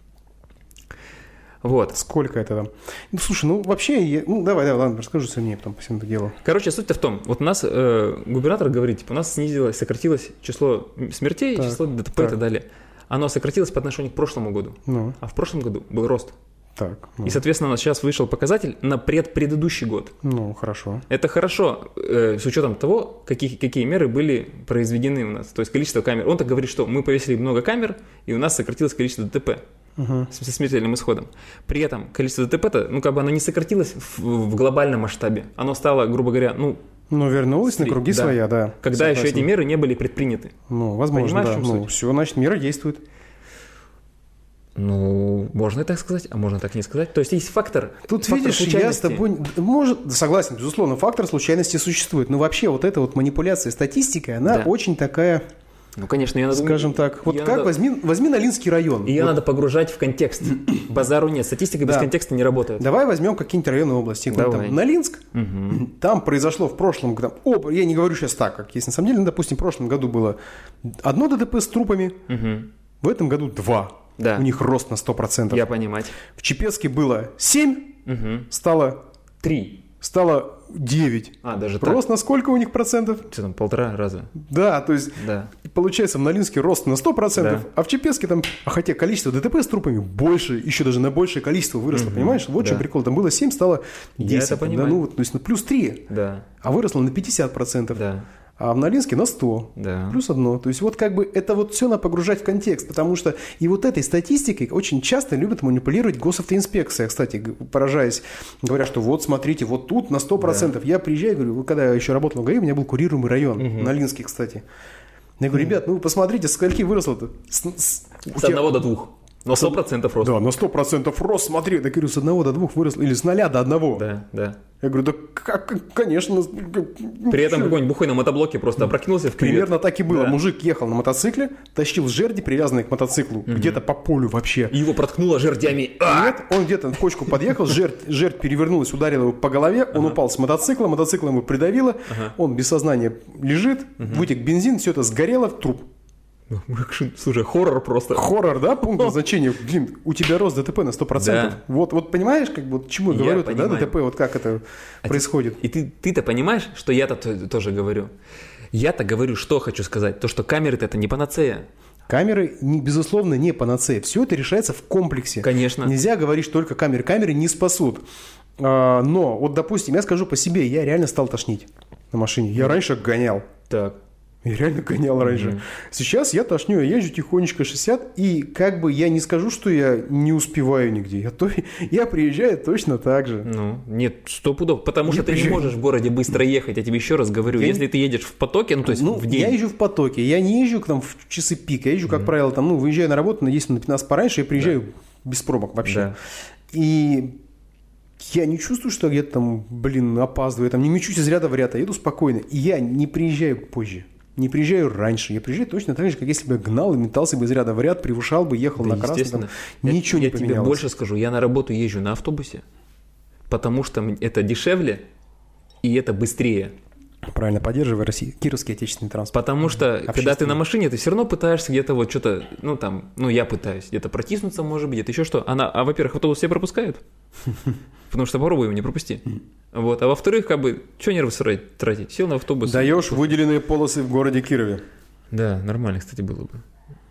S4: Вот.
S3: Сколько это там? Ну, слушай, ну, вообще, я- ну, давай, давай, ладно, расскажу сильнее потом по всему этому делу.
S4: Короче, суть-то в том, вот у нас э, губернатор говорит, типа, у нас снизилось, сократилось число смертей,
S3: Так,
S4: число ДТП и
S3: так.
S4: так далее. Оно сократилось по отношению к прошлому году.
S3: Ну,
S4: А в прошлом году был рост.
S3: так, ну,
S4: И, соответственно, у нас сейчас вышел показатель на предпредыдущий год.
S3: ну, хорошо.
S4: Это хорошо, э, с учетом того, какие, какие меры были произведены у нас. То есть количество камер. Он так говорит, что мы повесили много камер, и у нас сократилось количество ДТП
S3: Мгм.
S4: с- со смертельным исходом. При этом количество ДТП-то, ну, как бы оно не сократилось в, в глобальном масштабе. Оно стало, грубо говоря, ну,
S3: Ну, вернулась на
S4: Сри-
S3: круги
S4: да.
S3: своя, да.
S4: когда еще
S3: Согласен.
S4: эти меры не были предприняты.
S3: Ну, возможно,
S4: Понимаешь,
S3: да.
S4: в чем
S3: Ну,
S4: суть?
S3: все, значит, мера действует.
S4: Ну, можно и так сказать, а можно так не сказать. То есть есть фактор.
S3: Тут
S4: фактор
S3: видишь, я с
S4: случайности.
S3: тобой... н- Может, да, согласен, безусловно, фактор случайности существует. Но вообще вот эта вот манипуляция статистикой, она
S4: Да.
S3: очень такая,
S4: Ну, конечно, ее надо.
S3: скажем так, вот
S4: ее
S3: как
S4: надо-
S3: возьми, возьми Налинский район.
S4: Ее
S3: Вот
S4: надо погружать в контекст. Базару нет. Статистика без
S3: Да.
S4: контекста не работает.
S3: Давай возьмем какие-нибудь районные области. Я говорю,
S4: Давай.
S3: Там, Налинск,
S4: Мгм.
S3: там произошло в прошлом году, оп, я не говорю сейчас так, как есть на самом деле, ну, допустим, в прошлом году было одно ДТП с трупами,
S4: Мгм.
S3: в этом году два.
S4: Да.
S3: У них рост на 100%.
S4: Я понимать.
S3: В Чепецке было 7,
S4: Мгм.
S3: стало,
S4: Три.
S3: стало 9.
S4: А, даже
S3: Рост на сколько у них процентов?
S4: так. Что там, полтора раза?
S3: Да, то есть
S4: Да.
S3: Получается, в Налинске рост на 100%,
S4: Да.
S3: а в Чепецке там, а хотя количество ДТП с трупами больше, еще даже на большее количество выросло, понимаешь? Вот в чем
S4: да.
S3: прикол. Там было 7, стало 10.
S4: Я это
S3: там, да,
S4: понимаю.
S3: ну, вот, то есть, ну, плюс 3,
S4: Да.
S3: а выросло на 50%,
S4: Да.
S3: а в Налинске на 100.
S4: Да.
S3: Плюс одно. То есть вот как бы это вот все надо погружать в контекст, потому что и вот этой статистикой очень часто любят манипулировать госавтоинспекция, кстати, г- поражаясь, говоря, что вот смотрите, вот тут на 100%. Я приезжаю, говорю, вот когда я еще работал в ГАИ, у меня был курируемый район, Налинский, кстати. Я говорю, ребят, ну вы посмотрите, со скольки выросло-то? С- с- у
S4: С
S3: тебя-
S4: одного до двух. Но сто процентов рост.
S3: Да, на 100% рост, смотри. Я говорю, с одного до двух выросло, или с ноля до одного.
S4: Да, да.
S3: Я говорю, да как, как- конечно.
S4: При этом какой-нибудь бухой на мотоблоке просто опрокинулся в кревет.
S3: Примерно так и было.
S4: Да.
S3: Мужик ехал на мотоцикле, тащил жерди, привязанные к мотоциклу, где-то по полю вообще.
S4: И Его проткнуло жердями. А!
S3: Нет, он где-то в кочку подъехал, жердь, жердь перевернулась, ударила его по голове, он упал с мотоцикла, мотоцикл ему придавило, он без сознания лежит, вытек бензин, все это сгорело в труп.
S4: Ну, Слушай, хоррор просто.
S3: Хоррор, да, пункт назначения? Блин, у тебя рост ДТП на 100%.
S4: Да.
S3: Вот, вот понимаешь, как бы, вот чему я
S4: Я
S3: говорю, да,
S4: понимаю.
S3: ДТП, вот как это
S4: А ты-
S3: происходит?
S4: И ты, ты-то понимаешь, что я-то то- тоже говорю. Я-то говорю, что хочу сказать. То, что камеры-то это не панацея.
S3: Камеры, не- безусловно, не панацея. Все это решается в комплексе.
S4: Конечно.
S3: Нельзя говорить что только камеры. Камеры не спасут. А, Но, вот, допустим, я скажу по себе, я реально стал тошнить на машине. Я раньше гонял.
S4: Так.
S3: Я реально гонял раньше. Сейчас я тошню, я езжу тихонечко 60, и как бы я не скажу, что я не успеваю нигде. Я, то, я приезжаю точно так же.
S4: Ну, нет, сто пудов. Потому
S3: Не
S4: что ты не
S3: приезжай.
S4: можешь в городе быстро ехать. Я тебе еще раз говорю,
S3: Я не-
S4: если ты едешь в потоке, ну то есть
S3: ну,
S4: в
S3: я
S4: день.
S3: езжу в потоке, я не езжу к там в часы пик, я езжу, как правило, там, ну, выезжаю на работу на 10 на 15 пораньше, и приезжаю без пробок вообще.
S4: Да.
S3: И я не чувствую, что я где-то там, блин, опаздываю, я там не мечусь из ряда в ряд, а еду спокойно. И я не приезжаю позже, не приезжаю раньше. Я приезжаю точно так же, как если бы я гнал и метался бы из ряда в ряд, превышал бы, ехал
S4: Да,
S3: на красный. там,
S4: естественно. Я-
S3: ничего
S4: я,
S3: не поменялось.
S4: тебе больше скажу, я на работу езжу на автобусе, потому что м- это дешевле и это быстрее.
S3: Правильно, поддерживай Россию. Кировский отечественный транспорт.
S4: Потому что, когда ты
S3: Общественный.
S4: на машине, ты все равно пытаешься где-то вот что-то, ну там, ну я пытаюсь, где-то протиснуться, может быть, где-то еще что. Она, а во-первых, автобус все пропускают, потому что попробуй его не пропусти. Вот, а во-вторых, как бы, что нервы срать- тратить? Сел на автобус.
S3: Даешь выделенные полосы в городе Кирове.
S4: Да, нормально, кстати, было бы.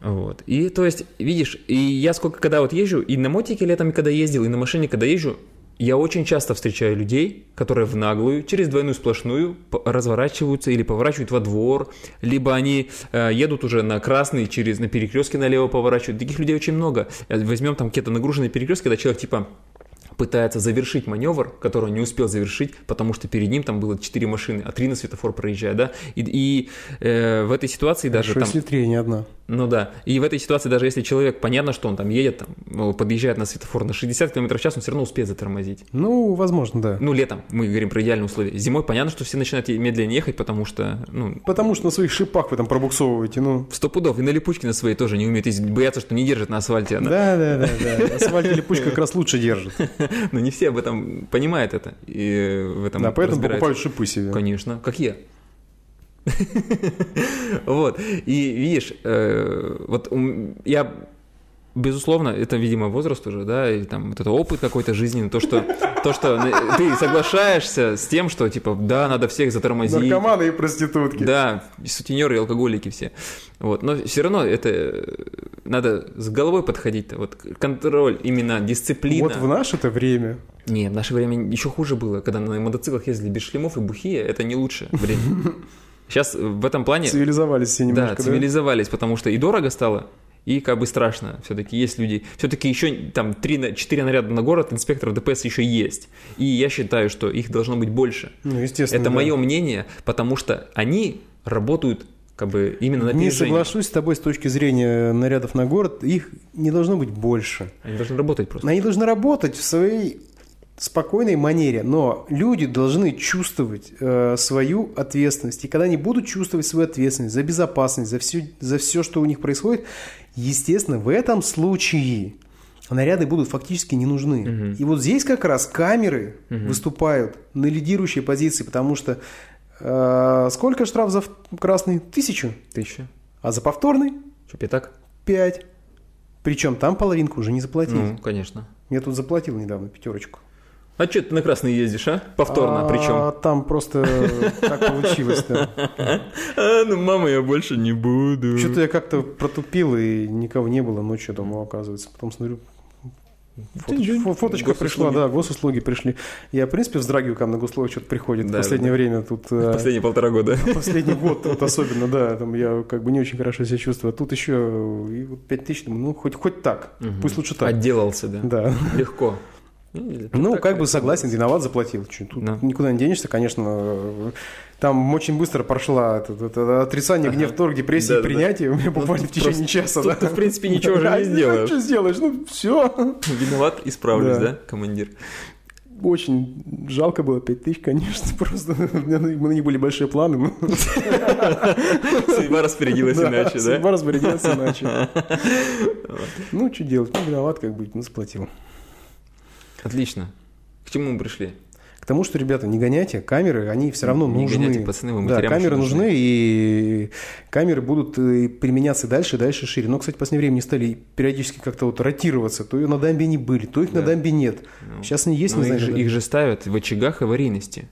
S4: Вот. И то есть, видишь, и я сколько когда вот езжу, и на мотике летом, когда ездил, и на машине, когда езжу, я очень часто встречаю людей, которые в наглую, через двойную сплошную п- разворачиваются или поворачивают во двор, либо они э, едут уже на красный, через на перекрестке налево поворачивают. Таких людей очень много. Э, Возьмем там какие-то нагруженные перекрестки, когда человек типа пытается завершить маневр, который он не успел завершить, потому что перед ним там было 4 машины, а 3 на светофор проезжает, да, и, и, э, в этой ситуации даже
S3: Хорошо,
S4: там...
S3: если три, а не одна.
S4: Ну да. И в этой ситуации, даже если человек, понятно, что он там едет, там, ну, подъезжает на светофор на 60 км в час, он все равно успеет затормозить.
S3: Ну, возможно, да.
S4: Ну, летом мы говорим про идеальные условия. Зимой понятно, что все начинают е- медленнее ехать, потому что, ну,
S3: Потому что на своих шипах вы там пробуксовываете, ну.
S4: в сто пудов. И на липучке на своей тоже не умеет ездить. Боятся, что не держит на асфальте. она.
S3: Да, да, да, да. Асфальт или пучка как раз лучше держит.
S4: Но не все об этом понимают это. И э, в этом
S3: Да, поэтому
S4: разбираются.
S3: покупают шипы себе.
S4: Конечно, как я. Вот. И видишь, э, вот ум- я безусловно, это, видимо, возраст уже, да, или там вот это опыт какой-то жизненный, то, что, то, что на- ты соглашаешься с тем, что, типа, да, надо всех затормозить,
S3: Наркоманы и проститутки.
S4: да, и сутенеры, и алкоголики все. Вот. Но все равно это э, надо с головой подходить-то. Вот контроль, именно дисциплина.
S3: Вот в наше-то время.
S4: Не, в наше время еще хуже было, когда на мотоциклах ездили без шлемов и бухие, это не лучше время. Сейчас в этом плане,
S3: Цивилизовались все
S4: да,
S3: немножко, да?
S4: цивилизовались, потому что и дорого стало, и как бы страшно. Все-таки есть люди, все-таки еще там 3-4 наряда на город инспекторов ДПС еще есть. И я считаю, что их должно быть больше.
S3: Ну, естественно.
S4: Это
S3: да.
S4: мое мнение, потому что они работают как бы именно на
S3: Не
S4: опережение.
S3: соглашусь с тобой с точки зрения нарядов на город. Их не должно быть больше.
S4: Они должны работать просто.
S3: Они должны работать в своей спокойной манере, но люди должны чувствовать э, свою ответственность. И когда они будут чувствовать свою ответственность за безопасность, за все, за все, что у них происходит, естественно, в этом случае наряды будут фактически не нужны. И вот здесь как раз камеры выступают на лидирующей позиции, потому что э, сколько штраф за в- красный? Тысячу.
S4: Тысяча.
S3: А за повторный?
S4: Что, пятак?
S3: Пять. Причем там половинку уже не заплатили.
S4: Ну, конечно.
S3: Я тут заплатил недавно пятерочку.
S4: А что ты на красный ездишь, а? Повторно,
S3: А,
S4: причем.
S3: Там просто так получилось. да.
S4: А, ну мама, я больше не буду.
S3: Что-то я как-то протупил, и никого не было ночью дома, оказывается. Потом смотрю, фото- фо- фоточка пришла, да, госуслуги пришли. Я, в принципе, вздрагиваю, когда на госуслуги что-то приходит. В
S4: Да,
S3: последнее время тут... э,
S4: Последние полтора года.
S3: Последний год вот особенно, да, там я как бы не очень хорошо себя чувствую. А тут еще и вот пять тысяч, думаю, ну хоть, хоть так, пусть лучше так.
S4: Отделался, да.
S3: Да.
S4: Легко.
S3: Ну, как бы согласен, виноват, заплатил. Чё, тут
S4: Да.
S3: никуда не денешься, конечно. э, Там очень быстро прошла это- это отрицание, гнев, торг, депрессия и
S4: Да-да-да.
S3: принятие. У меня буквально в течение часа.
S4: Ну, Тут
S3: да.
S4: ты, в принципе, ничего уже
S3: А
S4: не
S3: если
S4: сделаешь.
S3: Что сделаешь? Ну, все.
S4: Виноват, исправлюсь,
S3: Да.
S4: да, командир?
S3: Очень жалко было, 5 тысяч, конечно, просто. У меня на- на них были большие планы. но-
S4: Судьба распорядилась иначе, да?
S3: Судьба распорядилась иначе. Ну, что делать? Ну, виноват, как бы, ну, заплатил.
S4: Отлично. К чему мы пришли?
S3: К тому, что, ребята, не гоняйте, камеры, они все равно
S4: Не
S3: нужны.
S4: гоняйте, пацаны, вы
S3: Да,
S4: матерям
S3: камеры
S4: еще
S3: нужны,
S4: нужны.
S3: и камеры будут э, применяться дальше, дальше, шире. Но, кстати, в последнее время они стали периодически как-то вот ротироваться. То на дамбе не были, то их на
S4: Да.
S3: дамбе нет.
S4: Ну,
S3: Сейчас они есть,
S4: ну,
S3: не
S4: их,
S3: знаю.
S4: же,
S3: да.
S4: их же ставят в очагах аварийности.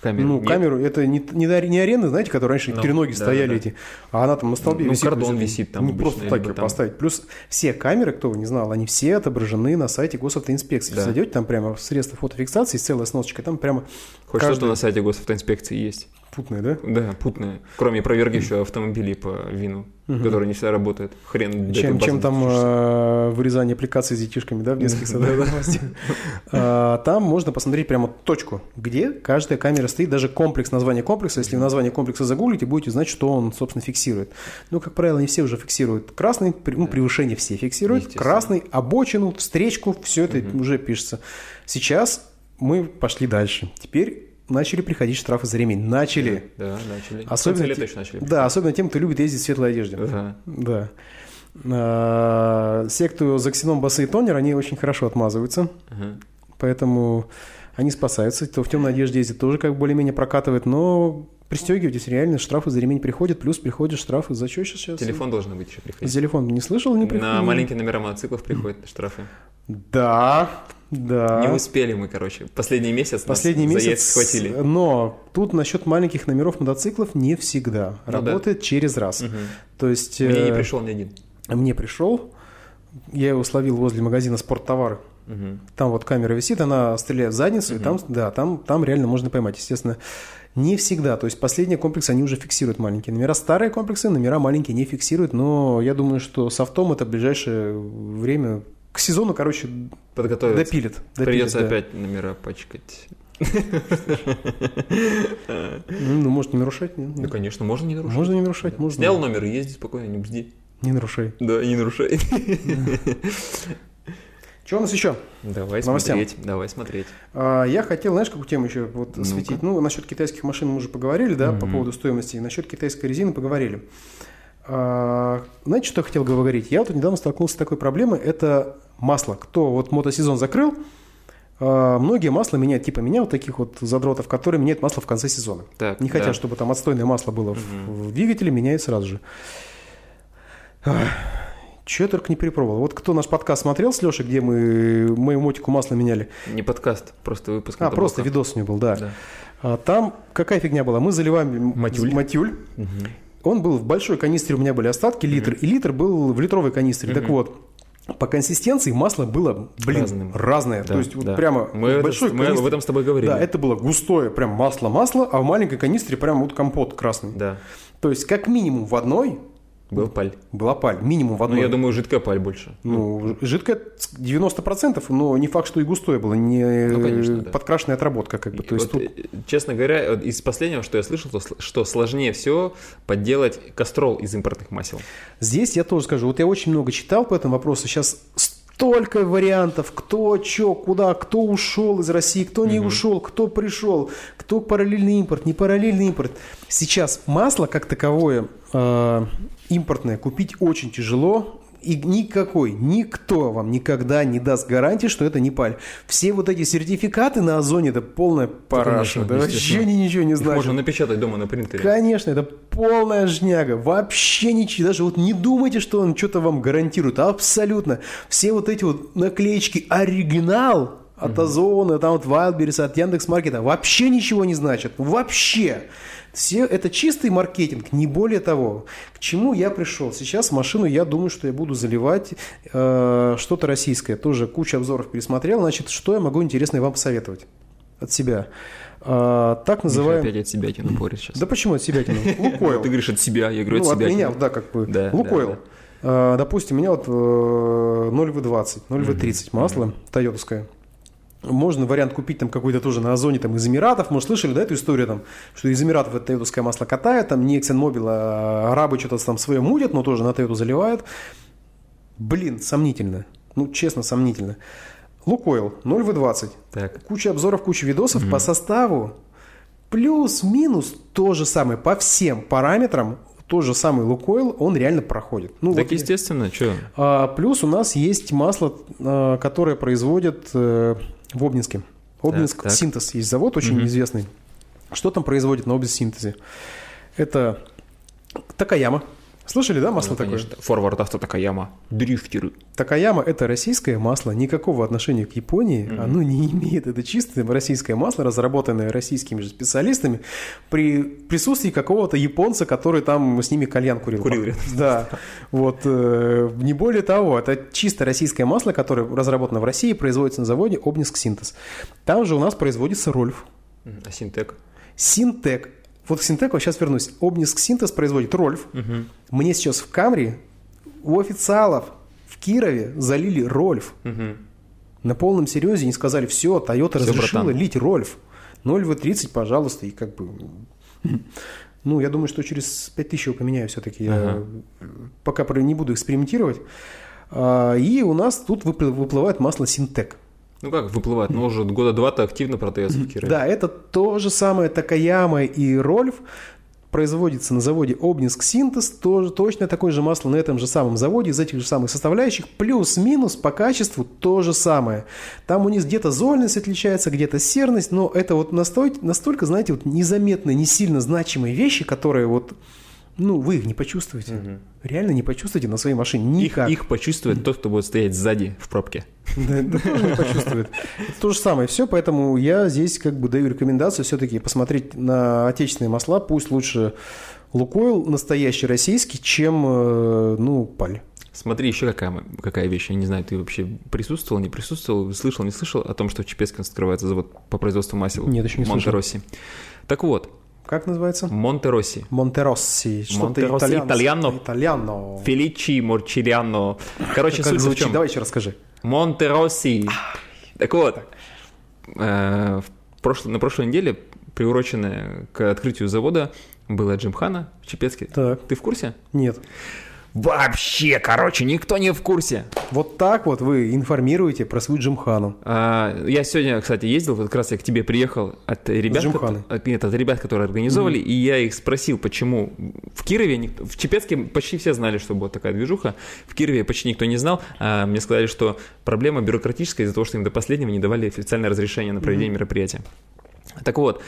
S4: камеры?
S3: Ну,
S4: Нет.
S3: камеру, это не, не, ар- не арены, знаете, которые раньше
S4: Ну,
S3: треноги
S4: да,
S3: стояли
S4: да.
S3: эти, а она там на столбе
S4: Ну,
S3: висит.
S4: кордон
S3: то есть,
S4: висит там
S3: Не
S4: обычно,
S3: просто так
S4: либо
S3: ее
S4: там-
S3: поставить. Плюс все камеры, кто не знал, они все отображены на сайте госавтоинспекции.
S4: Да.
S3: Если зайдете, там прямо в средства фотофиксации, есть целая сносочка, там прямо
S4: Хоть
S3: каждый-
S4: что-то на сайте госавтоинспекции есть.
S3: путные, да?
S4: Да, путное. Кроме проверки еще автомобилей по вину, которые не всегда работают. Хрен где
S3: чем,
S4: ты
S3: чем
S4: базу
S3: там
S4: запишешься.
S3: э, вырезание аппликаций с детишками, да, в детских садах. А, Там можно посмотреть прямо точку, где каждая камера стоит, даже комплекс, название комплекса. Если вы название комплекса загуглите, будете знать, что он, собственно, фиксирует. Ну, как правило, не все уже фиксируют. Красный, при- ну, превышение все фиксируют.
S4: Естественно.
S3: Красный, обочину, встречку, все это уже пишется. Сейчас мы пошли дальше. Теперь начали приходить штрафы за ремень. э, Начали.
S4: Да, начали.
S3: Особенно
S4: Особенно лет
S3: те-
S4: еще начали.
S3: Да, особенно тем, кто любит ездить в светлой одежде.
S4: Да.
S3: Да. А, Все, кто за ксеном басы и тонер, они очень хорошо отмазываются,
S4: Ага.
S3: поэтому они спасаются. То в темной одежде ездит тоже как бы более-менее прокатывает, но пристегивайтесь, реально штрафы за ремень приходят, плюс приходят штрафы за что сейчас?
S4: Телефон должен быть еще
S3: За
S4: приходить.
S3: телефон не слышал? Не приход-
S4: На маленькие номера мотоциклов приходят штрафы.
S3: Да, да.
S4: Не успели мы, короче. Последний месяц нас
S3: А? Последний
S4: за
S3: месяц
S4: яйца схватили.
S3: Но тут насчет маленьких номеров мотоциклов не всегда.
S4: Ну да.
S3: Работает через раз.
S4: Мгм.
S3: То есть...
S4: Мне не
S3: э,
S4: пришел ни один.
S3: Мне пришел, я его словил возле магазина спорттовары.
S4: Мгм.
S3: Там вот камера висит, она стреляет в задницу, и там, да, там, там реально можно поймать, естественно. Не всегда, то есть последние комплексы, они уже фиксируют маленькие номера. Старые комплексы номера маленькие не фиксируют, но я думаю, что с автом это в ближайшее время, к сезону, короче,
S4: Подготовиться.
S3: допилит. допилит,
S4: Придется
S3: да.
S4: опять номера пачкать.
S3: Ну, может, не нарушать? не-
S4: Ну, конечно, можно не нарушать.
S3: Можно не нарушать, можно.
S4: Снял номер и езди спокойно, не бзди.
S3: Не нарушай.
S4: Да, и не нарушай.
S3: Что у нас еще?
S4: Давай
S3: Новостям.
S4: смотреть, давай смотреть.
S3: А, Я хотел, знаешь, какую тему еще вот
S4: Ну-ка.
S3: осветить? Ну, насчет китайских машин мы уже поговорили, да, по поводу стоимости. И насчет китайской резины поговорили. А, Знаете, что я хотел говорить? Я вот тут недавно столкнулся с такой проблемой. Это масло. Кто вот мотосезон закрыл, а, многие масла меняют, типа меня, вот таких вот задротов, которые меняют масло в конце сезона.
S4: Так,
S3: Не хотят,
S4: да.
S3: чтобы там отстойное масло было в- в двигателе, меняют сразу же. Чего я только не перепробовал. Вот кто наш подкаст смотрел с Лешей, где мы мою мотику масло меняли,
S4: Не подкаст, просто выпуск.
S3: а,
S4: на
S3: просто
S4: таблоках.
S3: видос у него был, да.
S4: Да.
S3: А там какая фигня была? Мы заливаем м-
S4: Матюль.
S3: матюль.
S4: Мгм.
S3: Он был в большой канистре, у меня были остатки, литр. И литр был в литровой канистре. Так вот, по консистенции масло было, блин,
S4: Разным.
S3: разное.
S4: Да,
S3: То есть вот
S4: да.
S3: прямо
S4: Мы
S3: в
S4: это-
S3: большой
S4: мы об
S3: канистре-
S4: этом с тобой говорили.
S3: Да, это было густое, прям масло-масло, а в маленькой канистре прям вот компот красный.
S4: Да.
S3: То есть как минимум в одной
S4: Был паль.
S3: была паль, минимум в
S4: Ну,
S3: одной.
S4: я думаю, жидкая паль больше.
S3: Ну, жидкое 90%, но не факт, что и густое было, не
S4: Ну, конечно, да.
S3: подкрашенная отработка, как бы. То
S4: И
S3: есть
S4: вот,
S3: тут
S4: э, Честно говоря, вот из последнего, что я слышал, то сл- что сложнее всего подделать кастрол из импортных масел.
S3: Здесь я тоже скажу, вот я очень много читал по этому вопросу, сейчас столько вариантов, кто, чё, куда, кто ушел из России, кто не ушел, кто пришел, кто параллельный импорт, не параллельный импорт. Сейчас масло как таковое э, импортное купить очень тяжело, и никакой, никто вам никогда не даст гарантии, что это не паль. Все вот эти сертификаты на озоне, это полная параша,
S4: конечно,
S3: да вообще
S4: естественно.
S3: ни- ничего не
S4: Их
S3: значит.
S4: можно напечатать дома на принтере.
S3: Конечно, это полная жняга. Вообще ничего. Даже вот не думайте, что он что-то вам гарантирует. Абсолютно. Все вот эти вот наклеечки оригинал от Озона, там от Wildberries, от Яндекс.Маркета вообще ничего не значат. Вообще. Все, это чистый маркетинг, не более того. К чему я пришел? Сейчас в машину я думаю, что я буду заливать э, что-то российское. Тоже куча обзоров пересмотрел. Значит, что я могу интересное вам посоветовать от себя? А, так
S4: Миша
S3: называем...
S4: опять от себя тебя напорит сейчас.
S3: Да почему от себя тянул? Лукойл.
S4: Ты говоришь от себя, я говорю
S3: Ну,
S4: от
S3: от
S4: себя.
S3: меня,
S4: тяну.
S3: да, как бы.
S4: Да,
S3: Лукойл.
S4: да,
S3: А, Допустим, у меня вот э, 0В20, 0В30 масло тойотовское. Можно вариант купить там какой-то тоже на Озоне там, из Эмиратов. Может, слышали, да, эту историю там, что из Эмиратов это тойотовское масло катает, там не ExxonMobil, а арабы что-то там свое мутят, но тоже на Тойоту заливают. Блин, сомнительно. Ну, честно, сомнительно. Лукойл 0В20.
S4: Так.
S3: Куча обзоров, куча видосов по составу. Плюс-минус то же самое. По всем параметрам тот же самый Лукойл, он реально проходит. Ну,
S4: так
S3: вот-
S4: естественно, что?
S3: А, плюс у нас есть масло, а, которое производят э, в Обнинске. Обнинск
S4: так.
S3: синтез. Есть завод очень известный. Что там производит на Обнинск синтезе? Это Такаяма. Слышали, да, масло
S4: Ну,
S3: такое?
S4: конечно, Форвард авто Такаяма. Дрифтеры.
S3: Такаяма – это российское масло, никакого отношения к Японии
S4: Мгм.
S3: оно не имеет. Это чистое российское масло, разработанное российскими же специалистами при присутствии какого-то японца, который там с ними кальян курил.
S4: Курил рядом.
S3: Да. Вот. э, Не более того, это чисто российское масло, которое разработано в России, производится на заводе Обнинск Синтез. Там же у нас производится Рольф.
S4: Мгм. А Синтек?
S3: Синтек. Вот к Синтеку я сейчас вернусь. Обнинск Синтез производит Рольф.
S4: Мгм.
S3: Мне сейчас в Камри у официалов в Кирове залили Рольф.
S4: Мгм.
S3: На полном серьезе не сказали, все, Toyota
S4: Всё,
S3: разрешила
S4: братан».
S3: лить Рольф. 0В30, пожалуйста, и как бы... Ну, я думаю, что через 5000 его поменяю все-таки.
S4: Ага.
S3: Я пока про- не буду экспериментировать. А, И у нас тут выпл- выплывает масло Синтек.
S4: Ну как выплывает? Ну уже года два-то активно продается в Кирове.
S3: Да, это то же самое Такаяма и Рольф. Производится на заводе Обнинск Синтез, тоже точно такое же масло на этом же самом заводе, из этих же самых составляющих, плюс-минус по качеству то же самое. Там у них где-то зольность отличается, где-то серность, но это вот настой- настолько, знаете, вот незаметные, не сильно значимые вещи, которые вот, ну, вы их не почувствуете.
S4: Мгм.
S3: Реально не почувствуете на своей машине
S4: Их,
S3: никак.
S4: их почувствует тот, кто будет стоять сзади в пробке.
S3: Да, это тоже не почувствует. Это то же самое все, поэтому я здесь как бы даю рекомендацию все-таки посмотреть на отечественные масла, пусть лучше Лукойл настоящий российский, чем, э, ну, Паль.
S4: Смотри, еще какая, мы- какая вещь. Я не знаю, ты вообще присутствовал, не присутствовал, слышал, не слышал о том, что в Чепецке скрывается завод по производству масел
S3: Нет, еще не слышал.
S4: Монтероси. Так вот,
S3: Как называется?
S4: Монтероси.
S3: Монтеросси. Что-то
S4: Монтеросси
S3: итальянское.
S4: итальяно.
S3: Итальяно.
S4: Феличи Морчириано. Короче,
S3: Как
S4: суть в
S3: звучит?
S4: чем.
S3: Давай еще расскажи.
S4: Монтероси. Так вот, э, в прошло- на прошлой неделе, приуроченная к открытию завода, была Джимхана в Чепецке.
S3: Так,
S4: Ты в курсе?
S3: нет.
S4: Вообще, короче, никто не в курсе.
S3: Вот так вот вы информируете про свою Джимхану.
S4: А, Я сегодня, кстати, ездил, вот как раз я к тебе приехал от ребят,
S3: Джумханы.
S4: кото- от, нет, от ребят, которые организовали, и я их спросил, почему в Кирове, никто- в Чепецке почти все знали, что была такая движуха, в Кирове почти никто не знал, а мне сказали, что проблема бюрократическая из-за того, что им до последнего не давали официальное разрешение на проведение мероприятия. Так вот,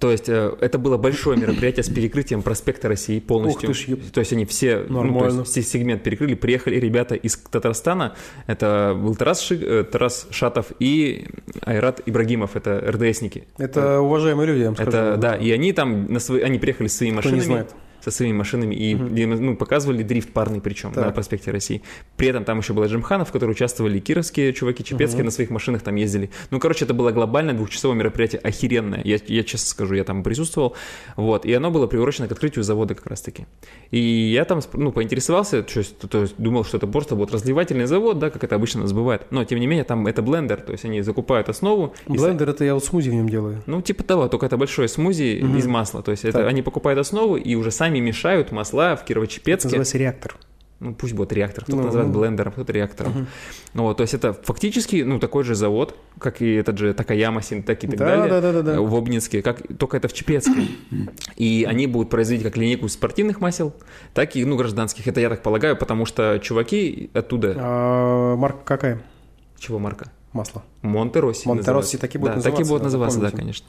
S4: то есть э, это было большое мероприятие с перекрытием проспекта России полностью.
S3: Ух ты ж, еп-
S4: То есть они все, ну, то есть
S3: Нормально.
S4: все сегмент перекрыли, приехали ребята из Татарстана, это был Тарас, Ши- э, Тарас Шатов и Айрат Ибрагимов, это РДСники.
S3: Это уважаемые люди, я вам скажу.
S4: Э, Это, да, и они там, на свои, они приехали с своими
S3: Кто не
S4: машинами,
S3: знает.
S4: со своими машинами и дем- ну, показывали дрифт парный причем
S3: Так.
S4: на проспекте России. При этом там еще была Джимхана, в которой участвовали кировские чуваки, чепецкие на своих машинах там ездили. Ну, короче, это было глобальное двухчасовое мероприятие, охеренное. Я, я честно скажу, я там присутствовал. Вот, и оно было приурочено к открытию завода как раз-таки. И я там, сп- ну, поинтересовался, то есть, то есть думал, что это просто вот разливательный завод, да, как это обычно у нас бывает. Но, тем не менее, там это блендер, то есть они закупают основу. и са-
S3: Блендер это я вот смузи в нем делаю.
S4: ну, типа того, только это большое смузи из масла. То есть это,
S3: Так.
S4: они покупают основу и уже сами мешают масла в
S3: Это
S4: Кирово-Чепецке.
S3: называется реактор.
S4: Ну, пусть будет реактор. Кто-то
S3: Ну,
S4: называет
S3: ну.
S4: блендером, кто-то реактором. Ну, вот, то есть это фактически, ну, такой же завод, как и этот же Такаяма, Синтек и так
S3: Да,
S4: далее.
S3: да, да, да, да.
S4: э, В Обнинске, как, только это в Чепецке. и они будут производить как линейку из спортивных масел, так и, ну, гражданских. Это я так полагаю, потому что чуваки оттуда...
S3: А, Марк, какая?
S4: Чего, Марка?
S3: Масло.
S4: Монтероси.
S3: Монтероси
S4: называется.
S3: таки будут
S4: да, таки
S3: называться,
S4: будут
S3: да,
S4: называться, да,
S3: запомните.
S4: конечно.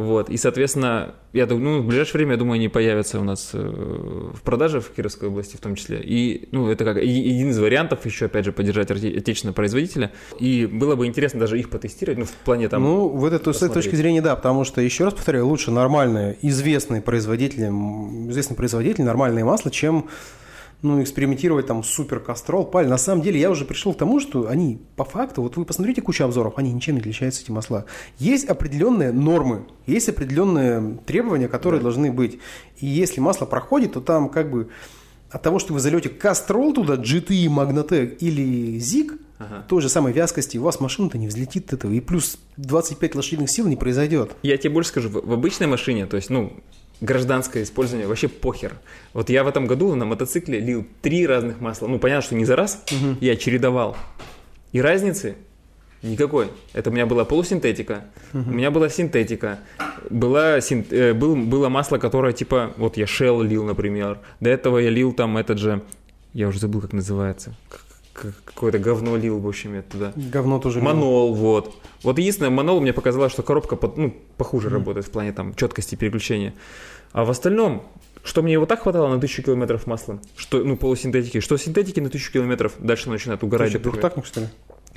S4: Вот, и, соответственно, я думаю, ну, в ближайшее время, я думаю, они появятся у нас э, в продаже в Кировской области в том числе. И, ну, это как е- один из вариантов еще, опять же, поддержать оте- отечественного производителя. И было бы интересно даже их потестировать, ну, в плане там...
S3: ну, в этой, с этой
S4: посмотреть.
S3: точки зрения, да, потому что, еще раз повторяю, лучше нормальные, известные производители, м, известный производитель, нормальное масло, чем ну, экспериментировать там супер кастрол, паль. На самом деле я уже пришел к тому, что они по факту, вот вы посмотрите кучу обзоров, они ничем не отличаются, эти масла. Есть определенные нормы, есть определенные требования, которые должны быть. И если масло проходит, то там как бы от того, что вы зальете кастрол туда, GT, Magnatec или ZIG,
S4: Ага.
S3: той же самой вязкости, у вас машина-то не взлетит от этого, и плюс 25 лошадиных сил не произойдет.
S4: Я тебе больше скажу, в в обычной машине, то есть, ну, гражданское использование вообще похер. Вот я в этом году на мотоцикле лил три разных масла. Ну, понятно, что не за раз, я чередовал. И разницы никакой. Это у меня была полусинтетика, у меня была синтетика, была син- э, был, было масло, которое типа, вот я Shell лил, например. До этого я лил там этот же, я уже забыл, как называется, К- к- какое-то говно лил, в общем, я туда.
S3: Говно тоже. люблю.
S4: Манол, вот. Вот единственное, Манол мне показалось, что коробка под- ну, похуже работает в плане там четкости переключения. А в остальном Что мне его так хватало на тысячу километров масла? Что, ну, полусинтетики. Что синтетики на тысячу километров дальше начинают угорать.
S3: Короче,
S4: например.
S3: двухтактник, что ли?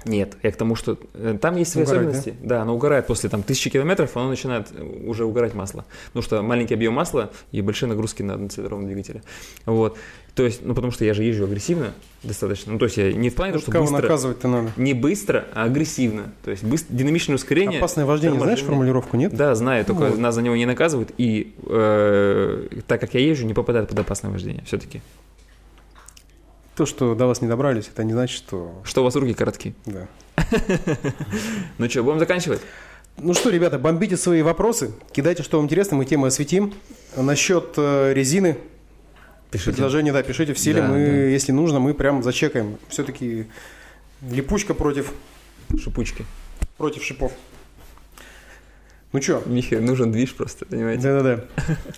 S4: Нет, я к тому, что э, там есть свои
S3: Угорает,
S4: особенности. Да? оно угорает после там тысячи километров, оно начинает э, уже угорать масло. Потому что маленький объем масла и большие нагрузки на одноцилиндровом двигателе. Вот. То есть, ну потому что я же езжу агрессивно достаточно. Ну, то есть я не в плане того,
S3: Вот
S4: что
S3: Кого
S4: быстро.
S3: наказывать-то надо?
S4: Не быстро, а агрессивно. То есть быстро, динамичное ускорение.
S3: Опасное вождение, знаешь Ну.
S4: торможение.
S3: формулировку, нет?
S4: Да, знаю, только
S3: вот.
S4: нас за него не наказывают. И э, так как я езжу, не попадает под опасное вождение все-таки.
S3: То, что до вас не добрались, это не значит, что...
S4: Что у вас руки короткие?
S3: Да.
S4: Ну что, будем заканчивать?
S3: Ну что, ребята, бомбите свои вопросы, кидайте, что вам интересно, мы темы осветим. А Насчет э, резины, предложение, да, пишите в силе,
S4: Да,
S3: мы,
S4: да.
S3: если нужно, мы прям зачекаем. Все-таки липучка против,
S4: Шипучки.
S3: против шипов. Ну что,
S4: Михе нужен движ просто, понимаете?
S3: да-да-да.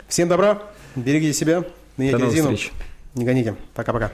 S3: Всем добра, берегите себя,
S4: До
S3: ныряйте в
S4: новых
S3: резину,
S4: встреч.
S3: не гоните. Пока-пока.